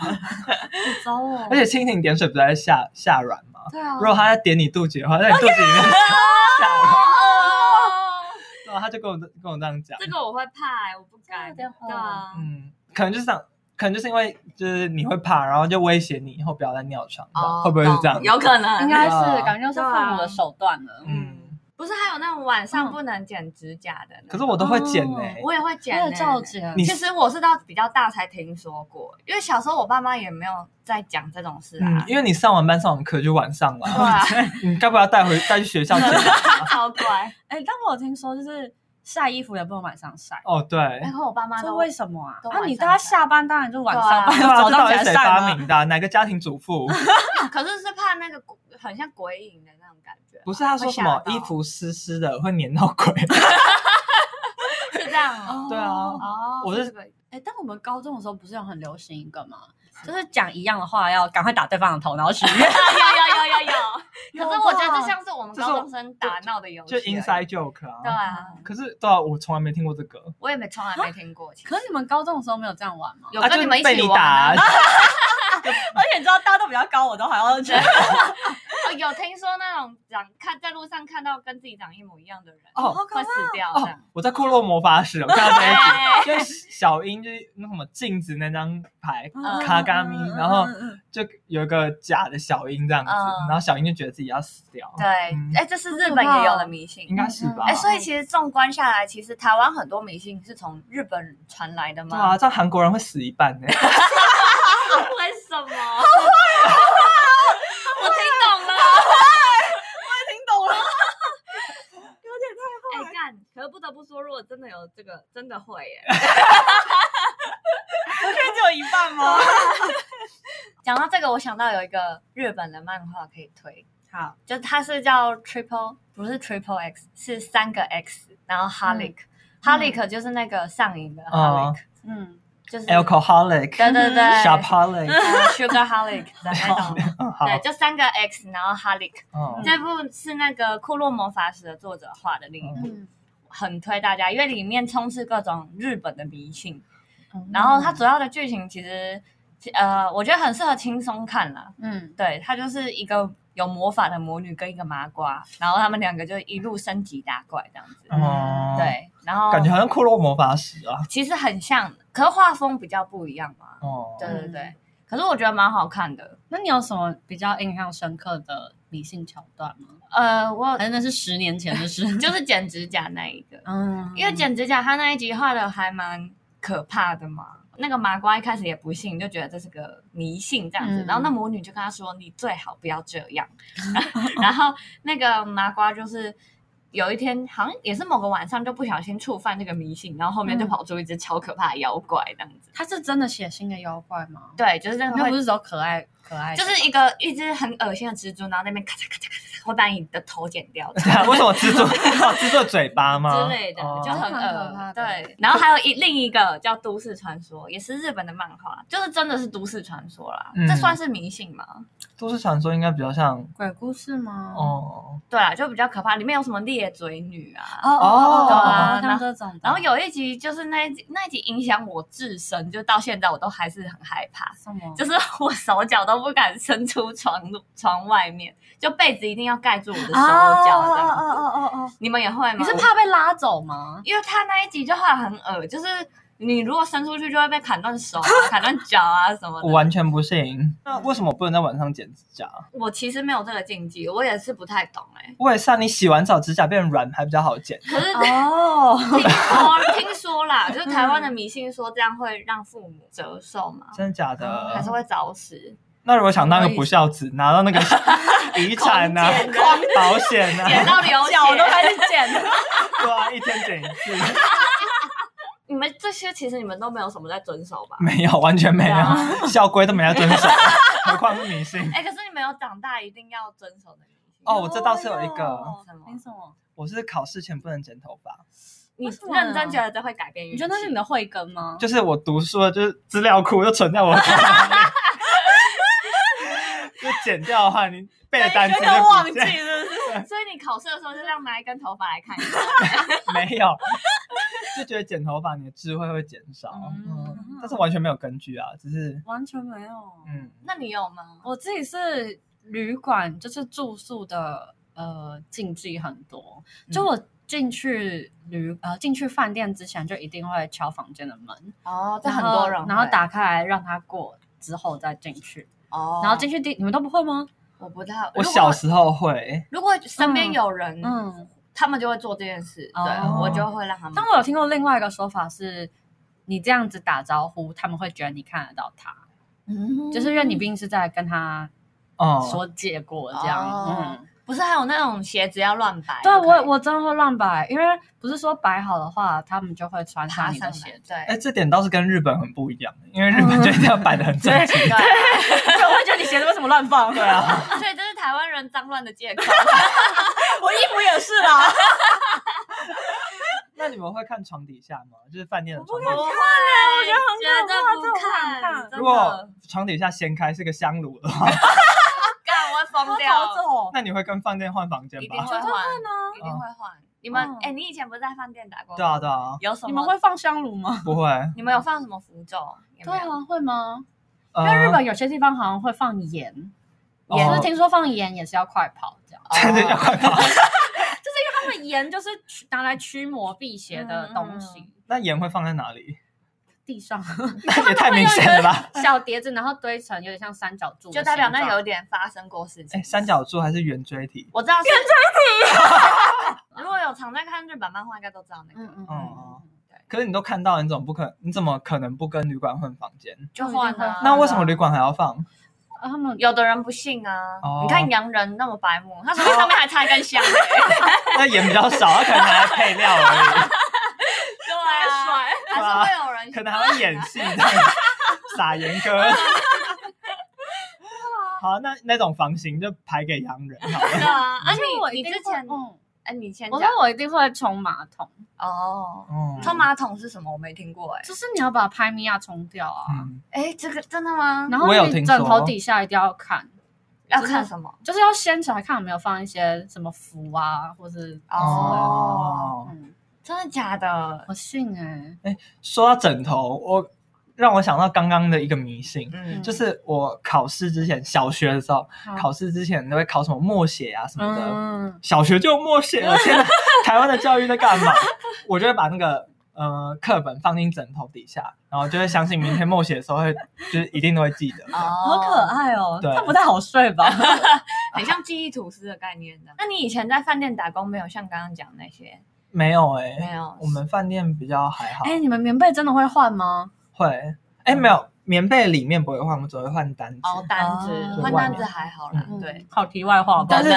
S3: 糟哦！
S2: 而且蜻蜓点水不是在下下软吗？
S3: 对啊
S2: 如，果它在点你肚脐的话，在你肚脐里面 下软，
S1: 哦，
S2: 然后他就跟我跟我这样讲，
S1: 这个我会怕欸，我不敢，
S3: 真的
S1: 对
S3: 哦
S1: 啊，
S2: 嗯，可能就是这样。可能就是因为就是你会怕，然后就威胁你以后不要再尿床，
S1: 哦
S2: 会不会是这样
S1: 懂？有可能，
S3: 应该
S2: 对啊
S3: 是感觉就是父母的手段了。
S2: 嗯，
S1: 不是还有那种晚
S3: 嗯
S1: 上不能剪指甲的那种？
S2: 可是我都会剪呢、嗯
S1: 我也会剪、
S3: 为
S1: 欸，
S3: 了照剪，
S2: 你
S1: 其实我是到比较大才听说过，因为小时候我爸妈也没有在讲这种事
S2: 嗯
S1: 啊，，
S2: 因为你上完班上完课就晚上
S1: 对
S2: 了，
S1: 啊，
S2: 你该不要带回带去学校剪吧？
S1: 超乖。
S3: 哎，但我有听说就是晒衣服也不能晚上晒，
S2: 哦， 对
S1: 然，后我爸妈
S3: 这
S1: 都
S3: 为什么啊
S1: 都？晚上
S3: 啊，你大家
S1: 晒
S3: 下班当然就晚
S1: 对啊
S3: 上，
S2: 对
S3: 班
S2: 啊，
S3: 早
S2: 这
S3: 上
S2: 到
S3: 起
S2: 底
S3: 来
S2: 是谁
S3: 晒
S2: 发
S3: 吗？
S2: 明的啊、哪个家庭主妇？
S1: 啊可是是怕那个鬼很像鬼影的那种感觉，
S2: 不是他说什么衣服湿湿的会粘到鬼？
S1: 是这样哦。
S2: 对啊
S1: 哦，
S2: 我是
S1: 这个
S3: 哎，但我们高中的时候不是有很流行一个吗？就是讲一样的话，要赶快打对方的头，然后许愿。
S1: 有有有有有。可是我觉得这像是我们
S2: 这是
S1: 高中生打闹的游戏
S2: 就
S1: 而已，
S2: inside joke
S1: 对
S2: 啊。
S1: 啊，
S2: 可是对啊，我从来没听过这个
S1: 我也没从来没听过。其实
S3: 可是你们高中的时候没有 这样玩吗？
S1: 有
S2: 啊，
S1: 跟
S2: 就
S1: 你们一
S2: 被
S1: 起
S2: 你
S1: 玩啊
S2: 打、 啊。
S3: 而且你知道大家都比较高，我都还要觉 得
S1: 哦有听说那种长看在路上看到跟自己长一模一样的人，
S2: 哦
S1: 会死掉
S2: 哦
S1: 这样。，
S2: 我在库洛魔法使，我看到这一集，
S1: 哎
S2: 就是小樱就是那什么镜子那张牌，
S1: 嗯
S2: 卡嘎咪然后
S3: 嗯嗯嗯嗯
S2: 就有一个假的小樱这样子，
S1: 嗯
S2: 然后小樱就觉得自己要死掉。
S1: 对，
S2: 嗯
S1: 哎，这是日本也有的迷信
S2: 哦应。该是吧？嗯
S1: 哎，所以其实纵观下来，其实台湾很多迷信是从日本传来的
S2: 对
S1: 吗？
S2: 啊，这样韩国人会死一半 呢、
S1: 为什么？ 我听懂了。
S3: 听懂了，
S1: 哎、干！可是不得不说，如果真的有这个，真的会耶。
S3: 我觉得只有一半吗？
S1: 讲到这个，我想到有一个日本的漫画可以推，
S3: 好，
S1: 就是它是叫 Triple，不是 Triple X，是三个 X，然后 Holic。Holic 就是那个上瘾的 Holic，、
S3: 嗯，
S1: 就是
S2: 哎 Alcoholic、
S1: 对对对
S2: s h o p h o l i
S1: 呃
S2: c
S1: Sugar Holic 的 那种，
S2: 嗯好，
S1: 对，就三个 X，然后 Holic、
S2: 嗯
S1: 这部是那个《库洛魔法使》的作者画的另一部，
S3: 嗯
S1: 很推大家，因为里面充斥各种日本的迷信。
S3: 嗯
S1: 然后
S2: 嗯
S1: 它主要的剧情其实，呃，我觉得很适合轻松看啦。
S3: 嗯，
S1: 对，它就是一个有魔法的魔女跟一个麻瓜，然后他们两个就一路升级打怪这样子。
S2: 嗯，，
S1: 对，然后
S2: 感觉好像库洛魔法使啊。
S1: 其实很像，可是画风比较不一样嘛。
S2: 哦，
S1: 对对对，
S3: 嗯
S1: 可是我觉得蛮好看的。
S3: 那你有什么比较印象深刻的迷信桥段吗？
S1: 呃，我
S3: 还是那是十年前的事？
S1: 就是剪指甲那一个，
S3: 嗯，
S1: 因为剪指甲他那一集画的还蛮可怕的嘛。那个麻瓜一开始也不信，就觉得这是个迷信这样子。
S3: 嗯
S1: 然后那魔女就跟他说：“你最好不要这样。”然后那个麻瓜就是有一天好像也是某个晚上就不小心触犯这个迷信，然后后面就
S3: 嗯
S1: 跑出一只超可怕的妖怪这样子。
S3: 他是真的血腥的妖怪吗？
S1: 对，就是那个
S3: 那
S1: 会
S3: 不是说可爱可爱的
S1: 就
S3: 吧，
S1: 是一个一只很恶心的蜘蛛，然后那边咔嚓咔嚓咔嚓，会把你的头剪掉
S2: 对 啊，为什么蜘蛛哦蜘蛛的嘴巴吗？
S1: 之类的，
S2: 哦
S1: 就很
S3: 蛮可怕
S1: 恶。
S3: 的
S1: 对，然后还有一另一个叫《都市传说》，也是日本的漫画，就是真的是都市传说啦。
S2: 嗯
S1: 这算是迷信吗？
S2: 都市传说应该比较像
S3: 鬼故事吗？
S2: 哦，
S1: 对啊，就比较可怕。里面有什么裂嘴女啊？
S3: 哦
S2: 哦
S1: 对啊
S3: 他们这种的，
S1: 然后有一集就是那一集，那一集影响我至深，就到现在我都还是很害怕，
S3: 什么？
S1: 就是 我手脚都不敢伸出床床外面，就被子一定要盖住我
S3: 啊
S1: 的手脚这样子。
S3: 哦哦哦哦哦哦，
S1: 你们也会吗？
S3: 你是怕被拉走吗？
S1: 因为他那一集就画很恶，就是你如果伸出去就会被砍断手、 啊、砍断脚啊什么
S2: 我
S1: 的。
S2: 完全不信。那为什么我不能在晚上剪指甲？
S1: 我其实没有这个禁忌，我也是不太懂哎、
S2: 我也是啊，你洗完澡指甲变软还比较好剪。
S1: 可是
S3: 哦，
S1: 听说听说 啦，就是台湾的迷信说这样会让父母折寿嘛，
S2: 真的假
S1: 哦还
S2: 的
S1: 是？会早 死。
S2: 那如果想当个不孝子，拿到那 个遗产呐、
S1: 狂剪
S2: 啊、保险呐、
S1: 剪
S2: 啊，
S1: 到流血，
S3: 脚都开始剪了。
S2: 对啊，一天剪一次，
S1: 你们这些其实你们都没有什么在遵守吧？
S2: 没有，完全没
S1: 对啊
S2: 有，校规都没在遵守，何况是迷信。
S1: 哎、可是你们有长大一定要遵守的迷信
S2: 哦我这倒是有一个
S1: 哦什么
S3: 凭什么？
S2: 我是考试前不能剪头发，
S1: 你
S3: 为什么呢
S1: 认真觉得这会改变运
S3: 你
S1: 气？
S3: 觉得那是你的慧根吗？
S2: 就是我读书的，就是资料库就存在我的头脑里。 就剪掉的话，你背的单词就
S3: 忘
S2: 不
S3: 记
S2: 见
S3: 了，
S1: 所以你考试的时候就这样拿一根头发来看一下。
S2: 没有，就觉得剪头发你的智慧会减少，
S1: 嗯
S2: 嗯但是完全没有根据啊，只是
S3: 完全没有。
S2: 嗯，
S1: 那你有吗？
S3: 我自己是旅馆，就是住宿的呃禁忌很多，就
S1: 嗯
S3: 我。进去旅呃进去饭店之前就一定会敲房间的门，
S1: 哦，
S3: 然后然后打开来让他过之后再进去，
S1: 哦，
S3: 然后进去第你们都不会吗？
S1: 我不太，
S2: 我
S1: 如果
S2: 小时候会，
S1: 如果身边有人，
S3: 嗯，
S1: 他们就会做这件事，
S3: 哦
S1: 对我就会让他们
S3: 但。我有听过另外一个说法是，你这样子打招呼，他们会觉得你看得到他，
S1: 嗯
S3: 就是因为你毕竟是在跟他
S2: 嗯，
S3: 说借过这样，
S1: 哦
S3: 嗯，
S1: 不是还有那种鞋子要乱摆？
S3: 对啊
S1: 不可以
S3: 我我真的会乱摆，因为不是说摆好的话，他们就会穿
S1: 爬
S3: 上你
S1: 上
S3: 的
S1: 来
S3: 鞋， 子，
S2: 哎，
S1: 对
S2: 这点倒是跟日本很不一样，因为日本就一定要摆的很整齐。
S1: 对，
S3: 我会觉得你鞋子为什么乱放？
S2: 对啊，
S1: 所以这是台湾人脏乱的借口。
S3: 我衣服也是 啦，
S2: 那你们会看床底下吗？就是饭店的床底
S1: 不
S2: 下。
S1: 会，
S3: 我觉得很可怕
S1: 绝对不看，
S3: 这种很可怕
S1: 真的
S2: 如果床底下掀开是个香炉的话，
S1: 干我会疯
S3: 我
S1: 掉
S3: 逃，走，
S2: 那你会跟饭店换房间
S1: 一定
S2: 吧？
S1: 会换，
S3: 呢？
S1: 一定会换。你们
S3: 嗯
S1: 哎，你以前不是在饭店打工？
S2: 对，啊，对啊，
S1: 有什么？
S3: 你们会放香炉吗？
S2: 不会。
S1: 你们有放什么符咒？有没
S3: 对
S1: 有，哦
S3: 啊，会吗？
S2: 因
S3: 因为日本有些地方好像会放盐，
S2: 哦
S3: 也是听说放盐也是要快跑这样。
S2: 真 的要 快跑，
S3: 他们盐就是驱拿来驱魔辟邪的东西，
S2: 那盐会放在哪里？
S3: 嗯地上
S2: 也太明显了吧！
S3: 小碟子，然后堆成有点像三角柱
S1: 就
S3: 的形状，
S1: 代表那有点发生过事情
S2: 哎，。三角柱还是圆锥体？
S1: 我知道是 如果有常在看日本漫画，应该都知道那
S3: 嗯
S1: 个，
S3: 嗯
S2: 哦
S3: 嗯，
S2: 可是你都看到了，你怎么不可？你怎么可能不跟旅馆换房间？
S1: 就换啊。
S2: 那为什么旅馆还要放？
S3: 啊他们
S1: 有的人不信啊
S2: 哦？
S1: 你看洋人那么白 目，他说不定上面还插一根香欸。
S2: 那盐比较少，它可能拿来配料而
S1: 对啊，还是会有人
S2: 已，可能还会演戏，这样 撒盐 哥。好，那那种房型就排给洋人好
S1: 对
S2: 了。
S1: 啊。而且
S3: 我
S1: 你
S3: 一定
S1: 之
S3: 会
S1: 前，
S3: 嗯，
S1: 哎，你先
S3: 我
S1: 讲
S3: 说我一定会冲马桶，
S1: 哦。
S2: 哦
S1: 冲马桶是什么？我没听过哎。
S3: 就是你要把拍米亚冲掉啊，
S2: 嗯，
S1: 哎，这个真的吗？
S3: 然后
S2: 我有
S3: 你
S2: 听
S3: 枕
S2: 说
S3: 头底下一定要看，
S1: 要看什么？
S3: 就是要掀起来看有没有放一些什么符啊，或是
S1: 哦
S2: 哦，
S3: 嗯，
S1: 真的假的？
S3: 我信哎，
S2: 说到枕头，我让我想到刚刚的一个迷信，
S1: 嗯，
S2: 就是我考试之前，小学的时候，考试之前都会考什么默写啊什么的。
S3: 嗯，
S2: 小学就有默写了，天哪！台湾的教育在干嘛？我就会把那个呃课本放进枕头底下，然后就会相信明天默写的时候会，就是一定都会记得。
S1: 哦，
S3: 好可，爱哦，
S2: 对
S3: 它不太好睡 吧？
S1: 很像记忆吐司的概念的。那你以前在饭店打工没有像刚刚讲那些？
S2: 没有哎、
S1: 没有
S2: 我们饭店比较还好，
S3: 哎、你们棉被真的会换吗？
S2: 会哎、没有棉被里面不会换，我们只会换单子。
S1: 熬单子，
S3: 哦
S1: 换单子还好啦，
S3: 嗯
S1: 对，，
S3: 好题外话吧
S2: 但。是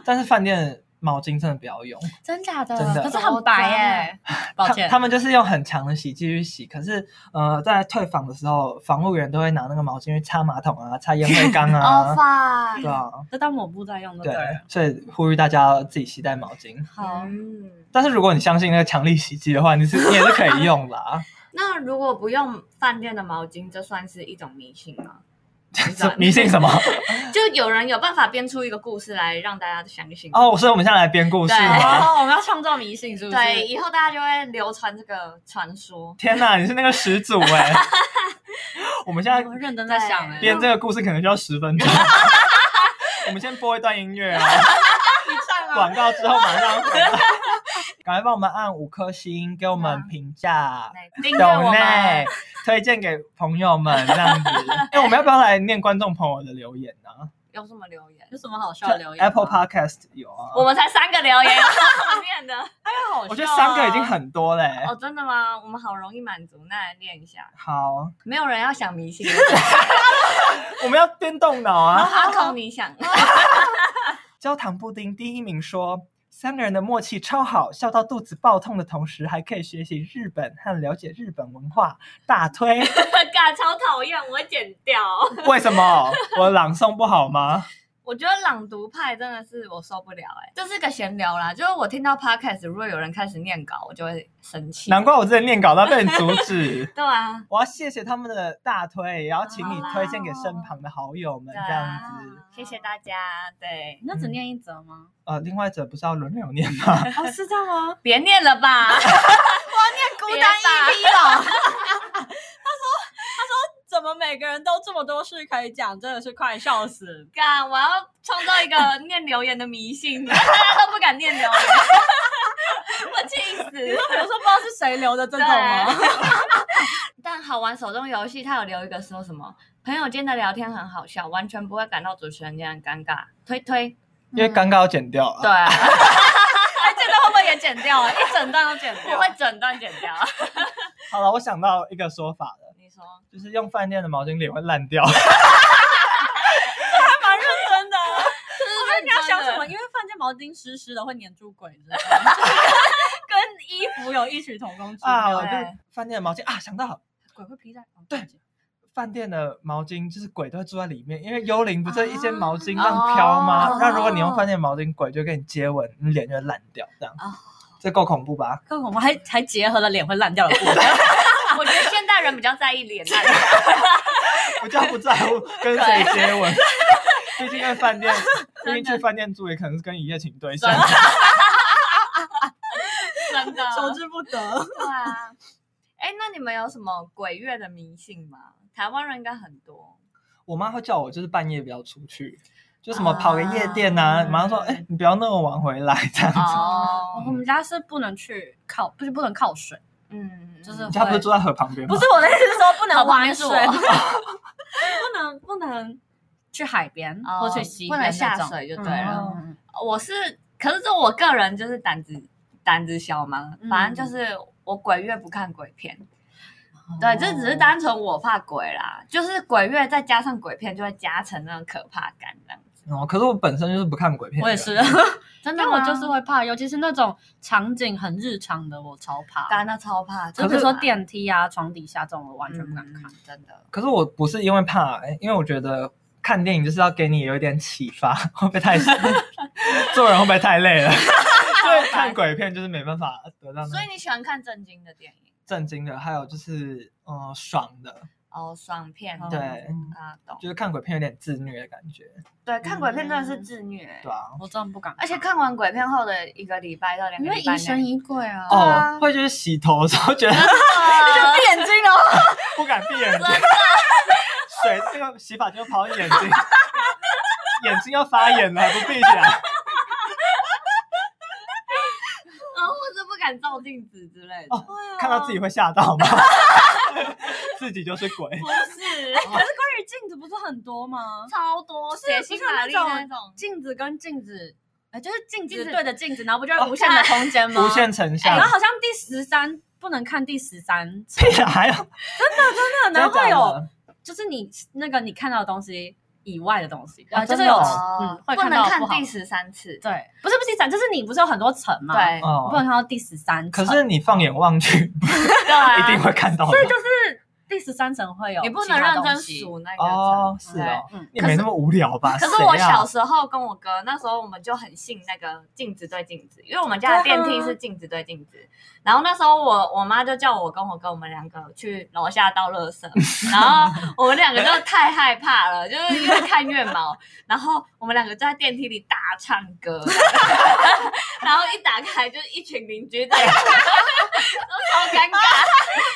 S2: 但是饭店毛巾真的不要用，
S3: 真假的
S2: 真的
S3: 可是很白哎、抱
S2: 他
S3: 歉，
S2: 他们就是用很强的洗剂去洗，可是呃在退房的时候，房务员都会拿那个毛巾去擦马桶啊、擦烟灰缸
S1: 哦
S2: 啊，
S1: 发，
S2: 对啊。
S3: 就当抹布在用的对
S2: 对
S3: 了。，
S2: 所以呼吁大家要自己携带毛巾。
S3: 好，
S1: 嗯，
S2: 但是如果你相信那个强力洗剂的话，你是你也是可以 用啦。
S1: 那如果不用饭店的毛巾，这算是一种迷信吗？
S2: 这 迷 信什么？
S1: 就有人有办法编出一个故事来让大家相信。
S2: 哦，所以我们现在来编故事吗？
S3: 哦，我们要创造迷信是不是？
S1: 对，，以后大家就会流传这个传说。
S2: 天哪，你是那个始 祖哎、我们现在
S3: 我认真在想哎、
S1: 对
S2: 编这个故事可能需要十分 钟。我们先播一段音乐啊，
S3: 上 啊
S2: 广告之后马上回来。赶快帮我们按五颗星，给我们
S1: 嗯
S2: 评价。
S1: 订阅我
S2: 抖
S1: 们
S2: 内，推荐给朋友们这样 子。哎、我们要不要来念观众朋友的留言呢、
S1: 有什么留言？
S3: 有什么好笑的留言吗
S2: Apple Podcast 有啊，
S1: 我们才三个留言， 后面 的
S3: 好笑啊
S2: 我觉得三个已经很多嘞、
S1: 哦，真的吗？我们好容易满足，那来练一下。
S2: 好，
S1: 没有人要想哦迷信，
S2: 我们要变动脑啊！
S1: 阿孔 你想，
S2: 焦糖布丁第一名说。三个人的默契超好，笑到肚子爆痛的同时，还可以学习日本和了解日本文化，大推。
S1: 嘎超讨厌，我会剪掉。
S2: 为什么我朗诵不好吗？
S1: 我觉得朗读派真的是我受不了哎、这是个闲聊啦，就是我听到 podcast 如果有人开始念稿，我就会生气。
S2: 难怪我之前念稿到被你阻止。
S1: 对啊，
S2: 我要谢谢他们的大推，也要请你推荐给身旁的好友们，
S1: 好啦
S2: 这样
S3: 嗯
S2: 子。
S3: 啊
S1: 谢谢大家。对，
S3: 那只念一则吗？
S2: 呃，另外者不是要轮流念吗？
S3: 哦，是这样吗？
S1: 别念了吧，
S3: 孤
S1: 单一
S3: 批 了。他说，他说怎么每个人都这么多事可以讲，真的是快笑死。
S1: 干，我要创造一个念留言的迷信， 大家都不敢念留 言，我气
S3: 你
S1: 死
S3: 说。比如说不知道是谁留的这种 吗？
S1: 但好玩手中游戏，他有留一个说什么朋友间的聊天很好笑，完全不会感到主持人间很尴尬。推推，
S2: 因为刚刚要剪掉
S1: 对
S2: 了。
S1: 啊，
S3: 哎，这段会不会也剪掉啊？一整段都剪
S1: 我
S3: 掉。
S1: 会整段剪 掉。
S2: 好了，我想到一个说法了，
S1: 你说，
S2: 就是用饭店的毛巾脸会烂 掉。
S3: 还蛮认真的。我 说你要想
S1: 真的
S3: 什么？因为饭店毛巾湿湿的会粘住鬼，是吧就是跟衣服有异曲同工之
S2: 啊，
S3: 妙。
S2: 我就
S1: 对
S2: 饭店的毛巾啊，想到了
S3: 鬼会披在哦房
S2: 对
S3: 间
S2: 饭店的毛巾，就是鬼都会住在里面，因为幽灵不是一件毛巾
S3: 啊
S2: 让飘吗
S3: 哦？
S2: 那如果你用饭店的毛巾，鬼就跟你接吻，你脸就会烂掉，这样
S3: 哦。
S2: 这够恐怖吧？
S3: 更恐怖，还还结合了脸会烂掉的 部分。
S1: 我觉得现代人比较在意脸蛋。啊
S2: 我就不在 乎跟谁接吻， 毕竟在饭店，毕竟去饭店住也可能是跟一夜情对象。
S1: 真 的
S3: 求之不得。
S1: 对啊。哎，那你们有什么鬼月的迷信吗？台湾人应该很多。
S2: 我妈会叫我就是半夜不要出去，就什么跑个夜店呐、
S3: 啊
S2: 马上说，哎、你不要那么晚回来这样子。
S1: 哦
S3: 我们家是不能去靠，不是不能靠水，
S1: 嗯，
S3: 就是
S2: 你家不是住在河旁边吗？
S3: 不是我的意思是说不能玩水，
S1: 好旁边是
S3: 不能不能去海边
S1: 哦
S3: 或去溪边
S1: 不能下
S3: 那种
S1: 水就对
S2: 了
S3: 嗯嗯嗯
S1: 我是，可是这我个人就是胆子胆子小嘛，
S3: 嗯
S1: 反正就是我鬼月不看鬼片。对，这
S3: 哦
S1: 只是单纯我怕鬼啦，就是鬼月再加上鬼片，就会加成那种可怕感这样子。
S2: 哦，可是我本身就是不看鬼片。
S3: 我也是。，
S1: 真
S3: 但我
S1: 我
S3: 就
S1: 就是
S3: 是
S1: 会，
S3: 会怕，尤其是那种场景很日常的，我超怕。
S1: 干那超怕，
S3: 就比如说电梯啊、床底下这种，我完全不敢看。
S1: 嗯真的。
S2: 可是我不是因为怕、哎因为我觉得看电影就是要给你有一点启发， 会不会太做人会不会太累了？所以看鬼片就是没办法得
S3: 嗯
S2: 到
S1: 所
S2: 那
S1: 以你喜欢看震惊的电影
S2: 震惊的，还有就是嗯、呃爽的，
S1: 哦，爽片
S2: 对
S3: 嗯
S1: 啊，懂。
S2: 就是看鬼片有点自虐的感觉，
S1: 对，看鬼片真的
S3: 嗯
S1: 是自虐、
S2: 对啊。
S3: 我真的不敢看。
S1: 而且看完鬼片后的一个礼拜到两个
S3: 因为
S1: 礼拜
S3: 疑
S1: 内，
S3: 神 疑鬼啊，
S1: 对啊
S2: 哦，会就是洗头的时候觉得
S1: 啊
S3: 闭眼睛哦，
S2: 不敢闭眼睛， 水这个洗发精就跑到眼睛，眼睛要发炎了，还不闭起来。
S1: 然后或哦是不敢照镜子之类的。
S2: 哦看到自己会吓到吗？ 自己就是鬼
S1: 不是，
S2: 哦
S3: 可是关于镜子不是很多吗？
S1: 超多
S3: 是
S1: 血腥玛丽那种，
S3: 镜子跟镜子，哎，就是镜
S1: 镜
S3: 子
S1: 子
S3: 对着镜子，然后不就
S2: 哦
S3: 是无限的空间吗？
S2: 无限成
S3: 哎。
S2: 像
S3: 然后，好像第十三不能看第十三层，
S2: 屁啊，还有
S3: 真的然后会
S2: 真的假
S3: 有
S2: 的
S3: 就是你那个你看到的东西以外的东西，
S2: 哦
S3: 啊，就
S2: 真
S3: 是
S2: 的
S3: 有
S2: 哦
S3: 嗯会
S1: 不
S3: 看
S1: 能
S3: 到
S1: 看
S3: 不好
S1: 第
S3: 的。
S1: 十三次。
S3: 对，不是不是第三，就是你不是有很多层吗？
S1: 对
S3: 我不能
S2: 哦。
S3: 看到第十三
S2: 可
S3: 层。哦
S2: 是你放眼望去，
S1: 对
S2: 一定
S1: 啊，
S2: 会看到的
S3: 第十三层会有，
S1: 你不能认真。数那个层。
S2: 哦。是哦，
S3: 嗯，
S2: 你没那么无聊吧？
S1: 可是我
S2: 谁啊
S1: 小时候跟我哥那时候，我们就很信那个镜子对镜子，因为我们家的电梯是镜子对镜子。然后那时候我我妈就叫我跟我哥我们两个去楼下倒垃 圾，然后我们两个就太害怕了，就是越看越毛。然后我们两个就在电梯里大唱歌， 然后一打开就是一群邻居在。都超尴尬，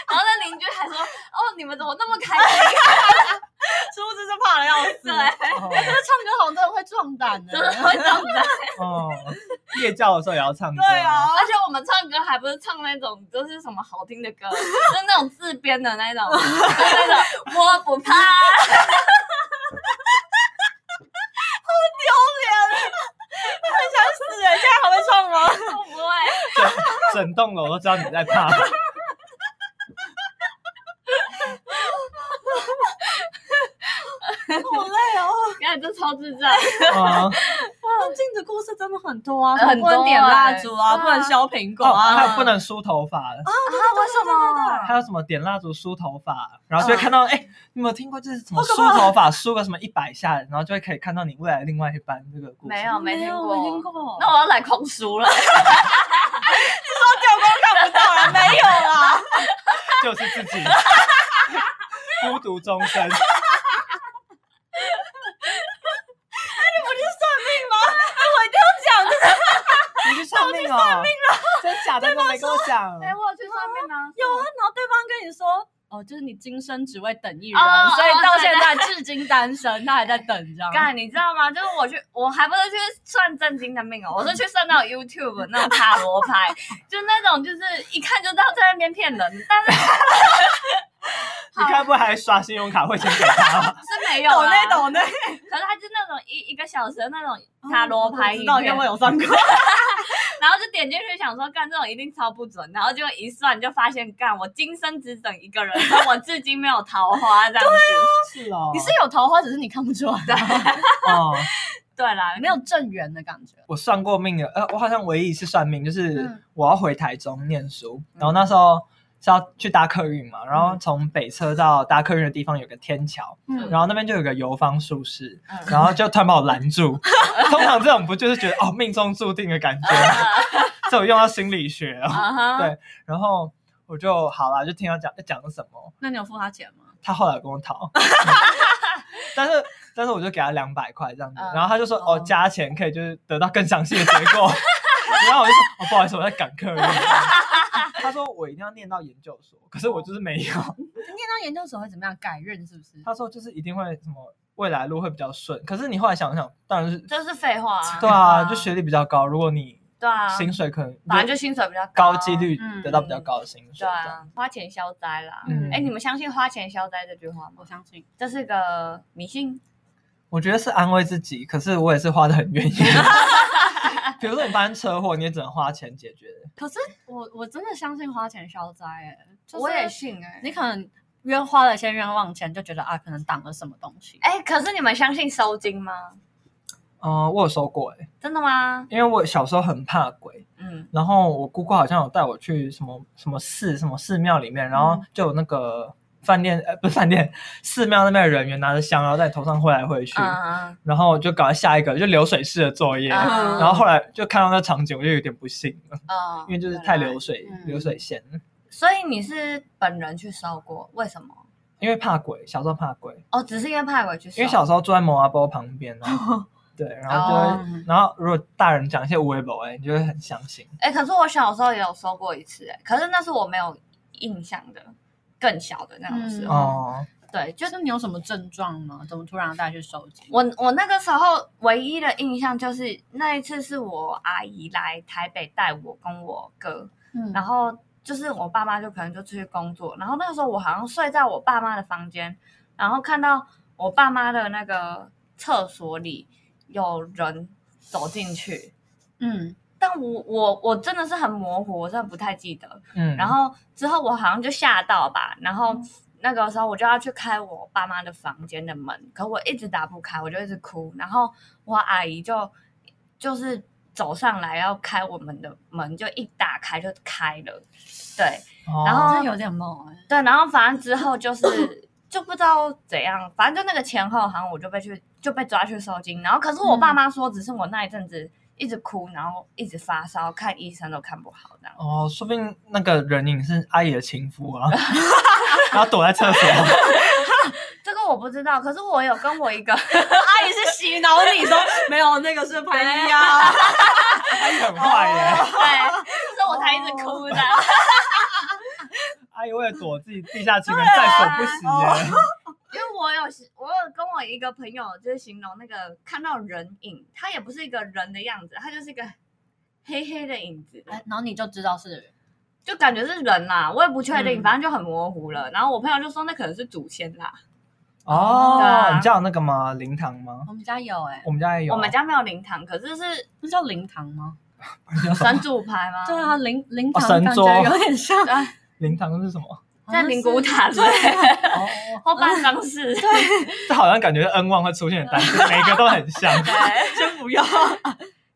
S1: 然后那邻居还说：“哦，你们怎么那么开心
S3: 殊不知 就 怕的要死。
S1: 对
S2: 哦
S3: 唱歌好像真的会壮胆的
S1: 真的会长大
S2: 哦，哦夜教的时候也要唱歌。
S1: 对啊，而且我们唱歌还不是唱那种就是什么好听 的歌，是那种自编的 那种，就是那种我不怕。
S3: 是哎，现在还会唱吗？
S1: 我不会，
S2: 整整栋楼都知道你 在怕。
S3: 好累哦。
S1: 感觉这超智障。
S2: 啊、
S3: 那镜子故事真的很多啊，
S1: 很多
S3: 不能点蜡烛
S1: 哎
S3: 啊，
S1: 对啊
S3: 不能削苹果
S2: 哦，还
S3: 啊，
S2: 有不能梳头发，
S1: 为什么？
S2: 还有什么点蜡烛梳头发，然后就会看到，哎、你有没有听过就是什么梳头发梳个什么一百下，然后就会可以看到你未来另外一半这个故事。
S1: 没
S3: 啊
S1: 有，没听过。
S3: 没听过。
S1: 那我要来空叔了，
S3: 掉光看不到了，没有啦。
S2: 就是自 己孤独终身。 哎
S3: 这样子
S2: 你去算命哦，真假的都没跟我讲。
S1: 哎， 我有去算命啊。
S3: 有啊，然后对方跟你说。哦，就是你今生只为等一人，
S1: 哦
S3: 所以到
S1: 哦
S3: 现
S1: 对
S3: 在至今单身，他还在等这样。
S1: 干，你知道吗？就是我去，我还不是去算正经的命哦，我是去算那种 YouTube 那种塔罗牌， 就那种就是一看就知道在那边骗人，但是
S2: 你该不会还刷信用卡汇钱给他吧？
S1: 是没有
S3: 抖
S1: 啊
S3: 内。抖内，
S1: 可是它就那种一一个小时的那种塔罗牌
S3: 我
S1: 影
S3: 知
S1: 片，
S3: 道，因为我有上过。
S1: 然后就点进去想说干这种一定超不准，然后结果一算就发现干我今生只等一个人，然后我至今没有桃花这样子。
S2: 是哦，
S3: 你是有桃花，只是你看不出 来，
S2: 哦，
S1: 对啦，
S3: 没有正缘的感觉。
S2: 我算过命的，呃，我好像唯一一次算命，就是
S3: 嗯
S2: 我要回台中念书，然后那时候是要去搭客运嘛，然后从北车到搭客运的地方有个天桥，
S3: 嗯，
S2: 然后那边就有个游方术士，
S1: 嗯
S2: 然后就突然把我拦住。 通常这种不就是觉得哦命中注定的感觉， 这种用到心理学哦。
S1: 啊哈，
S2: 对然后我就好啦，就听他讲讲了什么，
S3: 那你有付他钱吗？
S2: 他后来有跟 我讨，但是但是我就给他两百块这样子，
S1: 嗯
S2: 然后他就说
S3: 哦
S2: 哦加钱可以就是得到更详细的结 果，然后我就说哦不好意思我在赶客人。他说我一定要念到研究所，可是我就是没有。
S3: 念到研究所会怎么样？改运是不是？
S2: 他说就是一定会什么未来路会比较顺，可是你后来想想，当然是
S1: 这是废话啊。
S2: 对啊，就学历比较高，如果你
S1: 对啊，
S2: 薪水可能
S1: 反正就薪水比较啊
S2: 高几率
S3: 嗯
S2: 得到比较高的薪
S1: 对
S2: 水，这样
S1: 啊，花钱消灾啦。
S2: 嗯
S1: 哎、你们相信“花钱消灾”这句话吗
S3: 我？相信。
S1: 这是个迷信。
S2: 我觉得是安慰自己，可是我也是花的很 愿意。比如说你发生车祸，你也只能花钱解决。
S3: 可是我我真的相信花钱消灾，哎，就是
S1: 信哎
S3: 你可能冤花了一些冤枉钱，就觉得啊，可能挡了什么东西。
S1: 哎、可是你们相信收金吗？
S2: 嗯、我有收过哎、欸，
S1: 真的吗？
S2: 因为我小时候很怕鬼，
S1: 嗯，
S2: 然后我姑姑好像有带我去什么什么寺、什么寺庙里面，然
S1: 嗯
S2: 后就有那个饭店呃不是饭店寺庙那边的人员拿着香，然后在你头上挥来挥去，
S1: 嗯，
S2: 然后我就搞到下一个就流水式的作业，
S1: 嗯
S2: 然后后来就看到那场景，我就有点不信了，
S1: 嗯，
S2: 因为就是太
S1: 原
S2: 流
S1: 来。
S2: 水、
S3: 嗯
S2: 流水线了，
S1: 所以你是本人去收过？为什么？
S2: 因为怕鬼，小时候怕鬼。
S1: 哦，只是因为怕鬼去收。
S2: 因为小时候住在摩阿波旁边啊，对，然后就会，
S1: 哦
S3: 嗯
S2: 然后如果大人讲一些无为不为，你就会很相信。
S1: 哎、可是我小时候也有收过一次、哎，可是那是我没有印象的，更小的那种时候。
S3: 嗯
S2: 哦，
S1: 对，就
S3: 就是你有什么症状吗？怎么突然带去收集？
S1: 我我那个时候唯一的印象就是那一次是我阿姨来台北带我跟我哥，
S3: 嗯
S1: 然后就是我爸妈就可能就出去工作，然后那个时候我好像睡在我爸妈的房间，然后看到我爸妈的那个厕所里有人走进去，
S3: 嗯，
S1: 但我我我真的是很模糊，我真的不太记得，
S2: 嗯，
S1: 然后之后我好像就吓到吧，然后那个时候我就要去开我爸妈的房间的门，可我一直打不开，我就一直哭，然后我阿姨就就是走上来要开我们的门，就一打开就开了，对
S2: 哦，
S1: 然后
S3: 真的有点梦哎。
S1: 对，然后反正之后就是就不知道怎样，反正就那个前后好像我就被去就被抓去收金，然后可是我爸妈说只是我那一阵子一直哭，然后一直发烧，看医生都看不好这样。
S2: 哦，说不定那个人影是阿姨的情夫啊， 然后躲在 厕所。
S1: 这个我不知道，可是我有跟我一个
S3: 阿姨是洗脑你说没有那个是拍一啊，
S2: 阿姨很坏
S1: 哦
S2: 耶，
S1: 对，所以我才一直哭的。
S2: 阿姨为了躲自己地下情人在所不惜
S1: 啊
S2: 耶。
S1: 因为我有形我有跟我一个朋友就是形容那个看到人影，他也不是一个人的样子，他就是一个黑黑的影子，
S3: 哎然后你就知道是
S1: 就感觉是人啦，我也不确定，
S3: 嗯
S1: 反正就很模糊了。然后我朋友就说那可能是祖先啦，对
S2: 哦，
S1: 啊
S2: 你家有那个吗？灵堂吗？
S3: 我们家有哎、
S2: 我们家也有啊。
S1: 我们家没有灵堂，可是是
S3: 那叫灵堂吗？
S1: 神主牌吗？
S3: 对啊，灵灵堂
S2: 哦神
S3: 感
S2: 桌
S3: 觉有点像
S1: 对啊，
S2: 灵堂是什么？
S3: 哦
S1: 在灵骨塔之
S3: 对，
S1: 类的
S2: 哦，
S1: 后半张是，
S2: 这好像感觉是恩旺会出现的单词，每个都很像。
S3: 先不要。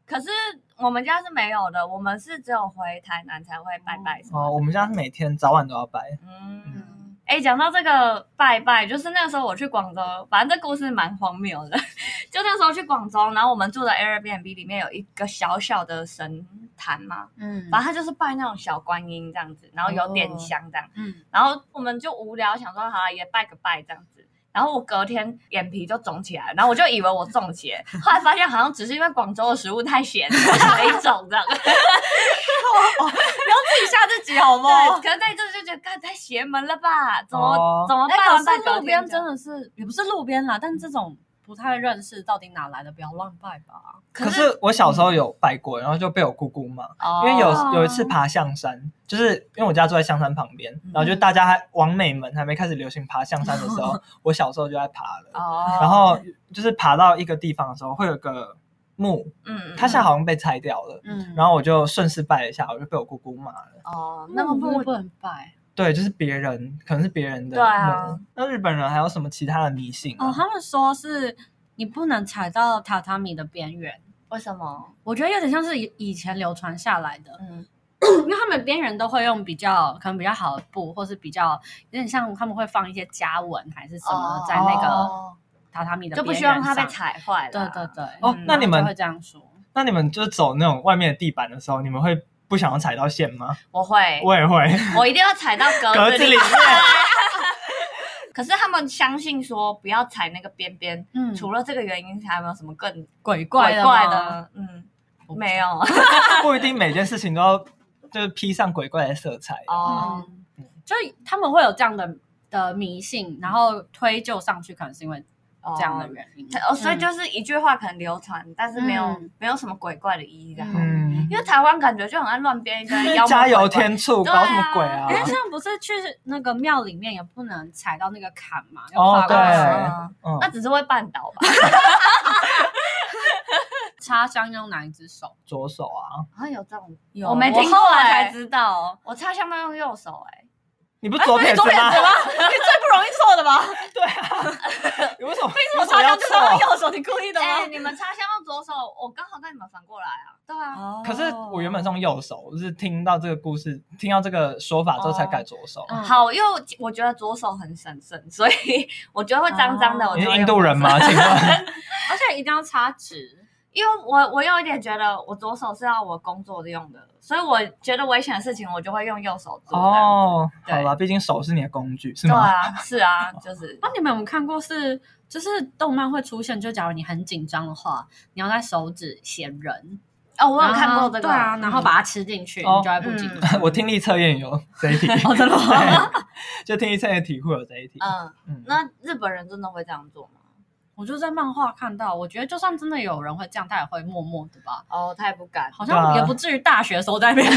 S1: 可是我们家是没有的，我们是只有回台南才会拜拜什
S2: 哦，
S1: 么
S2: 我们家是每天早晚都要拜。
S1: 的。嗯，哎，讲到这个拜拜，就是那个时候我去广州，反正这故事蛮荒谬的。 就那时候去广州，然后我们住的 Airbnb 里面有一个小小的神坛嘛，
S3: 嗯
S1: 反正它就是拜那种小观音这样子，然后有点香这样。
S3: 嗯，
S1: 然后我们就无聊，想说好啦也拜个拜这样子。然后我隔天眼皮就肿起来，然后我就以为我中邪，后来发现好像只是因为广州的食物太咸，我才肿这样。
S3: 自己吓自己好不啊
S1: 对，可能在这就觉得，干太邪门了吧？怎么、
S2: 哦
S1: 怎么
S3: 哎，
S1: 办？
S3: 可是路边真
S1: 的，
S3: 的是，也不是路边啦，但这种不太认识，到底哪来的，不要乱拜吧。
S2: 可是我小时候有拜过，然后就被我姑姑骂，因为有
S1: 嗯哦
S2: 有一次爬象山，就是因为我家住在象山旁边，然后就大家还往美门还没开始流行爬象山的时 候，我小时候就在爬了。
S1: 哦，
S2: 然后就是爬到一个地方的时候，会有个墓，
S1: 嗯，
S2: 它现在好像被拆掉了。
S3: 嗯
S2: 然后我就顺势拜了一下，我就被我姑姑骂了。
S1: 哦，
S3: 那
S1: 那
S3: 么
S1: 么
S3: 不
S1: 不
S3: 不能拜
S2: 对，就是别人，可能是别人的。
S1: 对啊。
S2: 那日本人还有什么其他的迷信
S3: 哦，
S2: 啊？
S3: 他们说是你不能踩到榻榻米的边缘。
S1: 为什么？
S3: 我觉得有点像是以以前流传下来的，
S1: 嗯，
S3: 因为他们边缘都会用比较可能比较好的布，或是比较有点像他们会放一些家纹还是什么在那个
S1: 哦
S3: 榻榻米的
S1: 就不
S3: 边
S1: 希望
S3: 缘
S1: 它被
S3: 上。
S1: 踩坏了。
S3: 对对对，
S2: 哦
S1: 嗯
S2: 那你
S3: 他
S2: 们
S3: 会这样说？
S2: 那你们就是走那种外面的地板的时候，你们会不想要踩到线吗？
S1: 我会，
S2: 我也会，
S1: 我一定要踩到格
S2: 格
S1: 子
S2: 子里
S1: 里
S2: 面。。
S1: 可是他们相信说不要踩那个边边，
S3: 嗯，
S1: 除了这个原因，还有没有什么更
S3: 鬼怪
S1: 怪
S3: 的
S1: 怪
S3: 吗，
S1: 的？嗯，没有。
S2: 不一定每件事情都要就是披上鬼怪的色彩。
S1: 哦，
S3: 嗯，就他们会有这样的的迷信，然后推就上去，可能是因为这样的原因。
S1: 嗯哦，所以就是一句话可能流传，但是没有、
S3: 嗯
S1: 没有什么鬼怪的意义的。
S2: 嗯，
S1: 因为台湾感觉就很爱乱编一堆
S2: 就是
S1: 妖魔
S2: 加油
S1: 鬼怪，
S2: 添醋，
S1: 对
S2: 搞
S1: 啊
S2: 什么鬼啊
S3: 因为？哎像不是去那个庙里面也不能踩到那个坎嘛，要
S2: 哦
S3: 跨过去
S2: 对
S1: 嗯
S2: 嗯
S1: 那，只是会绊倒吧？
S3: 插香用哪一只手？
S2: 左手啊，
S1: 好像有这种，
S3: 有
S1: 我没听过
S3: 后来
S1: 欸
S3: 啊才知道哦。
S1: 我插香都用右手哎、
S2: 你不是左撇子
S3: 左撇
S2: 吗？
S3: 子吗？你最不容易错的吧？
S2: 对啊，你为什么？为
S3: 为什么插香就是要用右手？你故意的
S1: 哎、
S3: 吗？
S1: 你们插香用左手，我刚好跟你们反过来啊。对啊，
S3: 哦
S2: 可是我原本是用右手，就是听到这个故事，听到这个说法之后才改左手。
S3: 嗯
S1: 好，因为我我觉得左手很神圣，所以我觉得会脏脏的。
S3: 哦
S1: 我
S2: 你
S1: 就是会
S2: 嗯印度人
S1: 用左手？
S2: 吗？请问？
S3: 而且一定要插直。
S1: 因为我我有一点觉得我左手是要我工作用的，所以我觉得危险的事情我就会用右手做。
S2: 哦，
S1: 对
S2: 好吧，毕竟手是你的工具，
S1: 这
S2: 是
S1: 样，对
S2: 吗？
S1: 啊，是啊，就是
S3: 哦那你们有没有看过是，就是动漫会出现，就假如你很紧张的话，你要在手指写人，
S1: 哦，我有看过这个，嗯
S3: 对啊，然后把它吃进去，
S2: 哦
S3: 你就会不紧 张。
S2: 我听力测验有这一题，
S3: 哦真的吗
S2: 对 就听力测验题库有这一题。
S1: 嗯，
S2: 嗯，
S1: 那日本人真的会这样做吗？
S3: 我就在漫画看到，我觉得就算真的有人会这样，他也会默默的吧，
S1: 哦，他也不敢。
S3: 好
S2: 对
S3: 像
S2: 啊
S3: 也不至于大学的时候在那 边。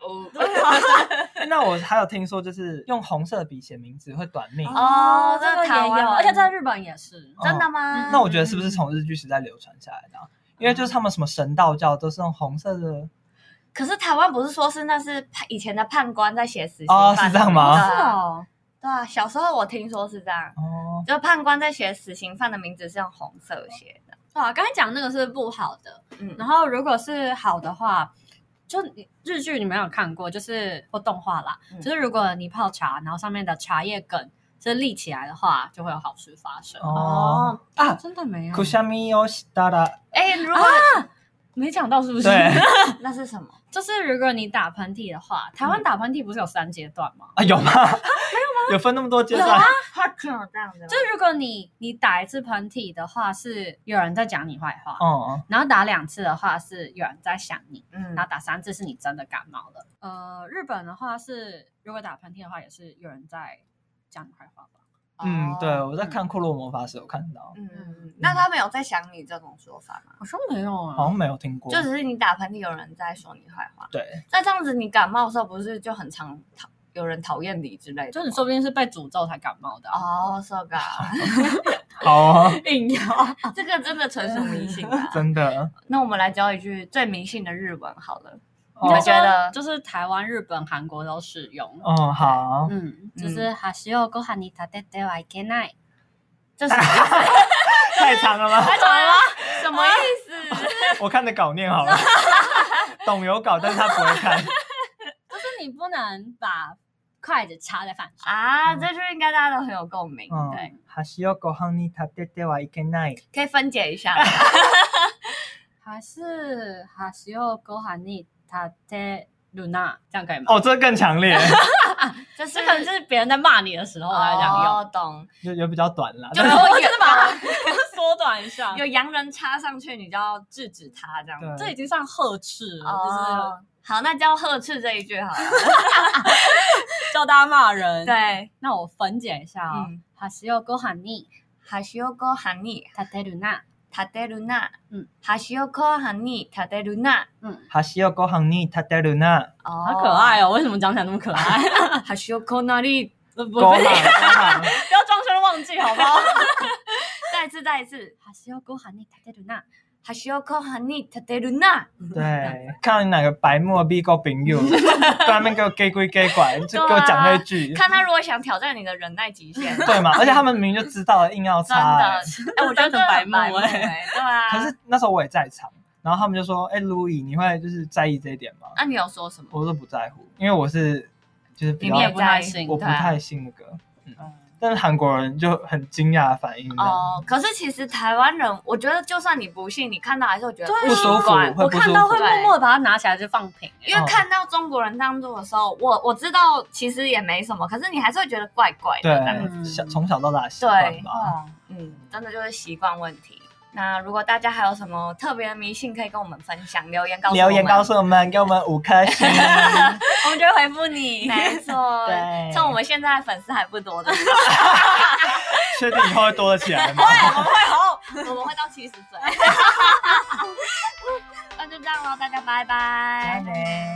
S1: 哦
S2: 那我还有听说，就是用红色笔写名字会短 命。
S1: 哦
S3: 这个
S1: 这台
S3: 也
S1: 湾
S3: 有，而且在日本也是。
S2: 哦
S1: 真的吗？
S2: 那我觉得是不是从日剧时代流传下来的啊、因为就是他们什么神道教都是用红色的，
S1: 可是台湾不是说是那是判以前的判官在写死刑
S2: 哦
S1: 犯
S2: 是这样吗
S1: 对啊
S3: 哦，
S1: 对啊，小时候我听说是这样，
S2: 哦，
S1: 就判官在写死刑犯的名字是用红色写的。
S3: 对啊，刚才讲那个是不好的，
S1: 嗯，
S3: 然后如果是好的话，就你日剧你没有看过，就是或动画啦，
S1: 嗯
S3: 就是如果你泡茶，然后上面的茶叶梗是立起来的话，就会有好事发生。
S2: 哦啊，
S3: 真的没有
S2: 库，夏米欧西达达，
S1: 哎，如果
S2: 啊
S3: 没讲到是不是？
S2: 对
S1: 那是什么？
S3: 就是如果你打喷嚏的话，台
S2: 嗯
S3: 湾打喷嚏不是有三阶段吗？
S2: 啊，有吗？没有吗？有分那么多阶段？
S1: 他只有这样子吗
S3: 就是如果你你打一次喷嚏的话，是有人在讲你坏话，
S2: 哦，
S3: 然后打两次的话是有人在想你，
S1: 嗯
S3: 然后打三次是你真的感冒了。呃，日本的话是如果打喷嚏的话，也是有人在讲你坏话吧？
S2: 嗯，对，
S1: 哦
S2: 我在看《库洛魔法使》有看到，
S1: 嗯嗯，嗯那他们有在想你这种说法吗？
S3: 好像没有
S2: 好
S3: 啊
S2: 像。没有听过。
S1: 就只是你打喷嚏，有人在说你坏话。
S2: 对，
S1: 那这样子，你感冒的时候不是就很常讨有人讨厌你之类的吗？
S3: 就你说不定是被诅咒才感冒的啊，
S1: 哦，so god，
S2: 好哦，
S3: 硬 要
S1: 这个真的纯属迷信啊。
S2: 真的。
S1: 那我们来教一句最迷信的日文好了。
S2: 哦
S1: 你们觉得
S3: 就是台湾、日本、韩国都适用。
S2: 嗯，好，
S3: 嗯，就是哈西欧ご飯に立ててはいけない。
S1: 这 是什么意思？
S2: 太长了吧？
S1: 什么意思？就
S2: 我看着稿念好了， 懂有稿，但是他不会看。
S3: 就是你不能把筷子插在饭
S1: 是
S3: 上。
S1: 啊，这句应该大家都很有共鸣，
S2: 嗯
S1: 对，
S2: 还是要ご飯に食べてはいけない。
S1: 可以分解一下。
S3: 还是哈西欧ご飯に立てるな，这样可以吗？
S2: 哦，这更强 烈，
S1: 就是
S3: 这可能就是别人在骂你的时候来讲用，
S1: 哦，懂。
S2: 有有比较短 啦。
S1: 就
S2: 但
S1: 是
S2: 是
S1: 我
S3: 就是啊把它缩短一下。
S1: 有洋人插上去，你就要制止他这样。
S2: 对
S3: 这已经算呵斥了，就
S1: 哦，好，那教呵斥这一句好了。
S3: 是叫大家骂 人。，
S1: 对，
S3: 那我分解一下哦
S1: 嗯。
S3: 哈西欧ご飯に
S1: 哈西欧哥喊你
S3: 立てるな。
S1: 塔德鲁纳，
S3: 嗯，
S1: 哈西欧哥喊你塔德鲁纳，
S3: 嗯，
S2: 还是要ご飯に食べるな。
S1: 哦，
S3: 好可爱哦！为什么讲起来那么可爱？
S1: 哦。哈西欧哥那里，
S3: 不不
S2: ご
S3: 不
S2: 飯，ご飯。
S3: 要装修忘记好不 好？
S1: 再一次，再一次。
S3: 哈西欧ご飯に立てるな。
S1: 哈西欧哥喊你塔德鲁纳，
S2: 对，看哪个白目的 B 哥朋友在那边给我 gay 归 gay 拐，就给我讲那句，
S1: 啊看他如果想挑战你的忍耐极限，真
S2: 对嘛？而且他们明明就知道了，硬要
S1: 的，
S2: 插、欸。
S1: 哎，我觉得
S3: 真的白
S1: 很
S3: 目
S1: 白目
S3: 哎
S1: 哎，对啊。
S2: 可是那时候我也在场，然后他们就说：“哎、路易，你会就是在意这一点吗
S1: 那、啊你有说什？”么？
S2: 我说不在乎，因为我是就是比
S1: 你们也
S2: 较
S3: 不嗯
S1: 在
S3: 太信
S2: 我不
S1: 对啊
S2: 太信那个，但是韩国人就很惊讶的啊反应，
S1: 哦，可是其实台湾人，我觉得就算你不信，你看到还是会觉得
S3: 对啊
S1: 不习惯
S2: 不舒服会
S3: 我
S2: 不舒
S3: 看
S2: 服嗯
S3: 到会默默地把它拿起来就放平。
S1: 因为看到中国人这样做的时候，我我知道其实也没什么，可是你还是会觉得怪怪的。这样
S2: 对，小从小到大习惯
S1: 对
S2: 吧。
S3: 哦
S1: 嗯，真的就是习惯问题。那如果大家还有什么特别的迷信，可以跟我们分享，留言告诉我们
S2: 留言告诉我们，给我们五颗星。，
S3: 我们就会回复你
S1: 没错
S2: 对
S1: 趁我们现在粉丝还不多的时
S2: 确定以后会多起来吗？
S1: 候，我们会到 七十岁。那就这样喽，大家拜
S2: 拜
S1: 拜。
S2: 拜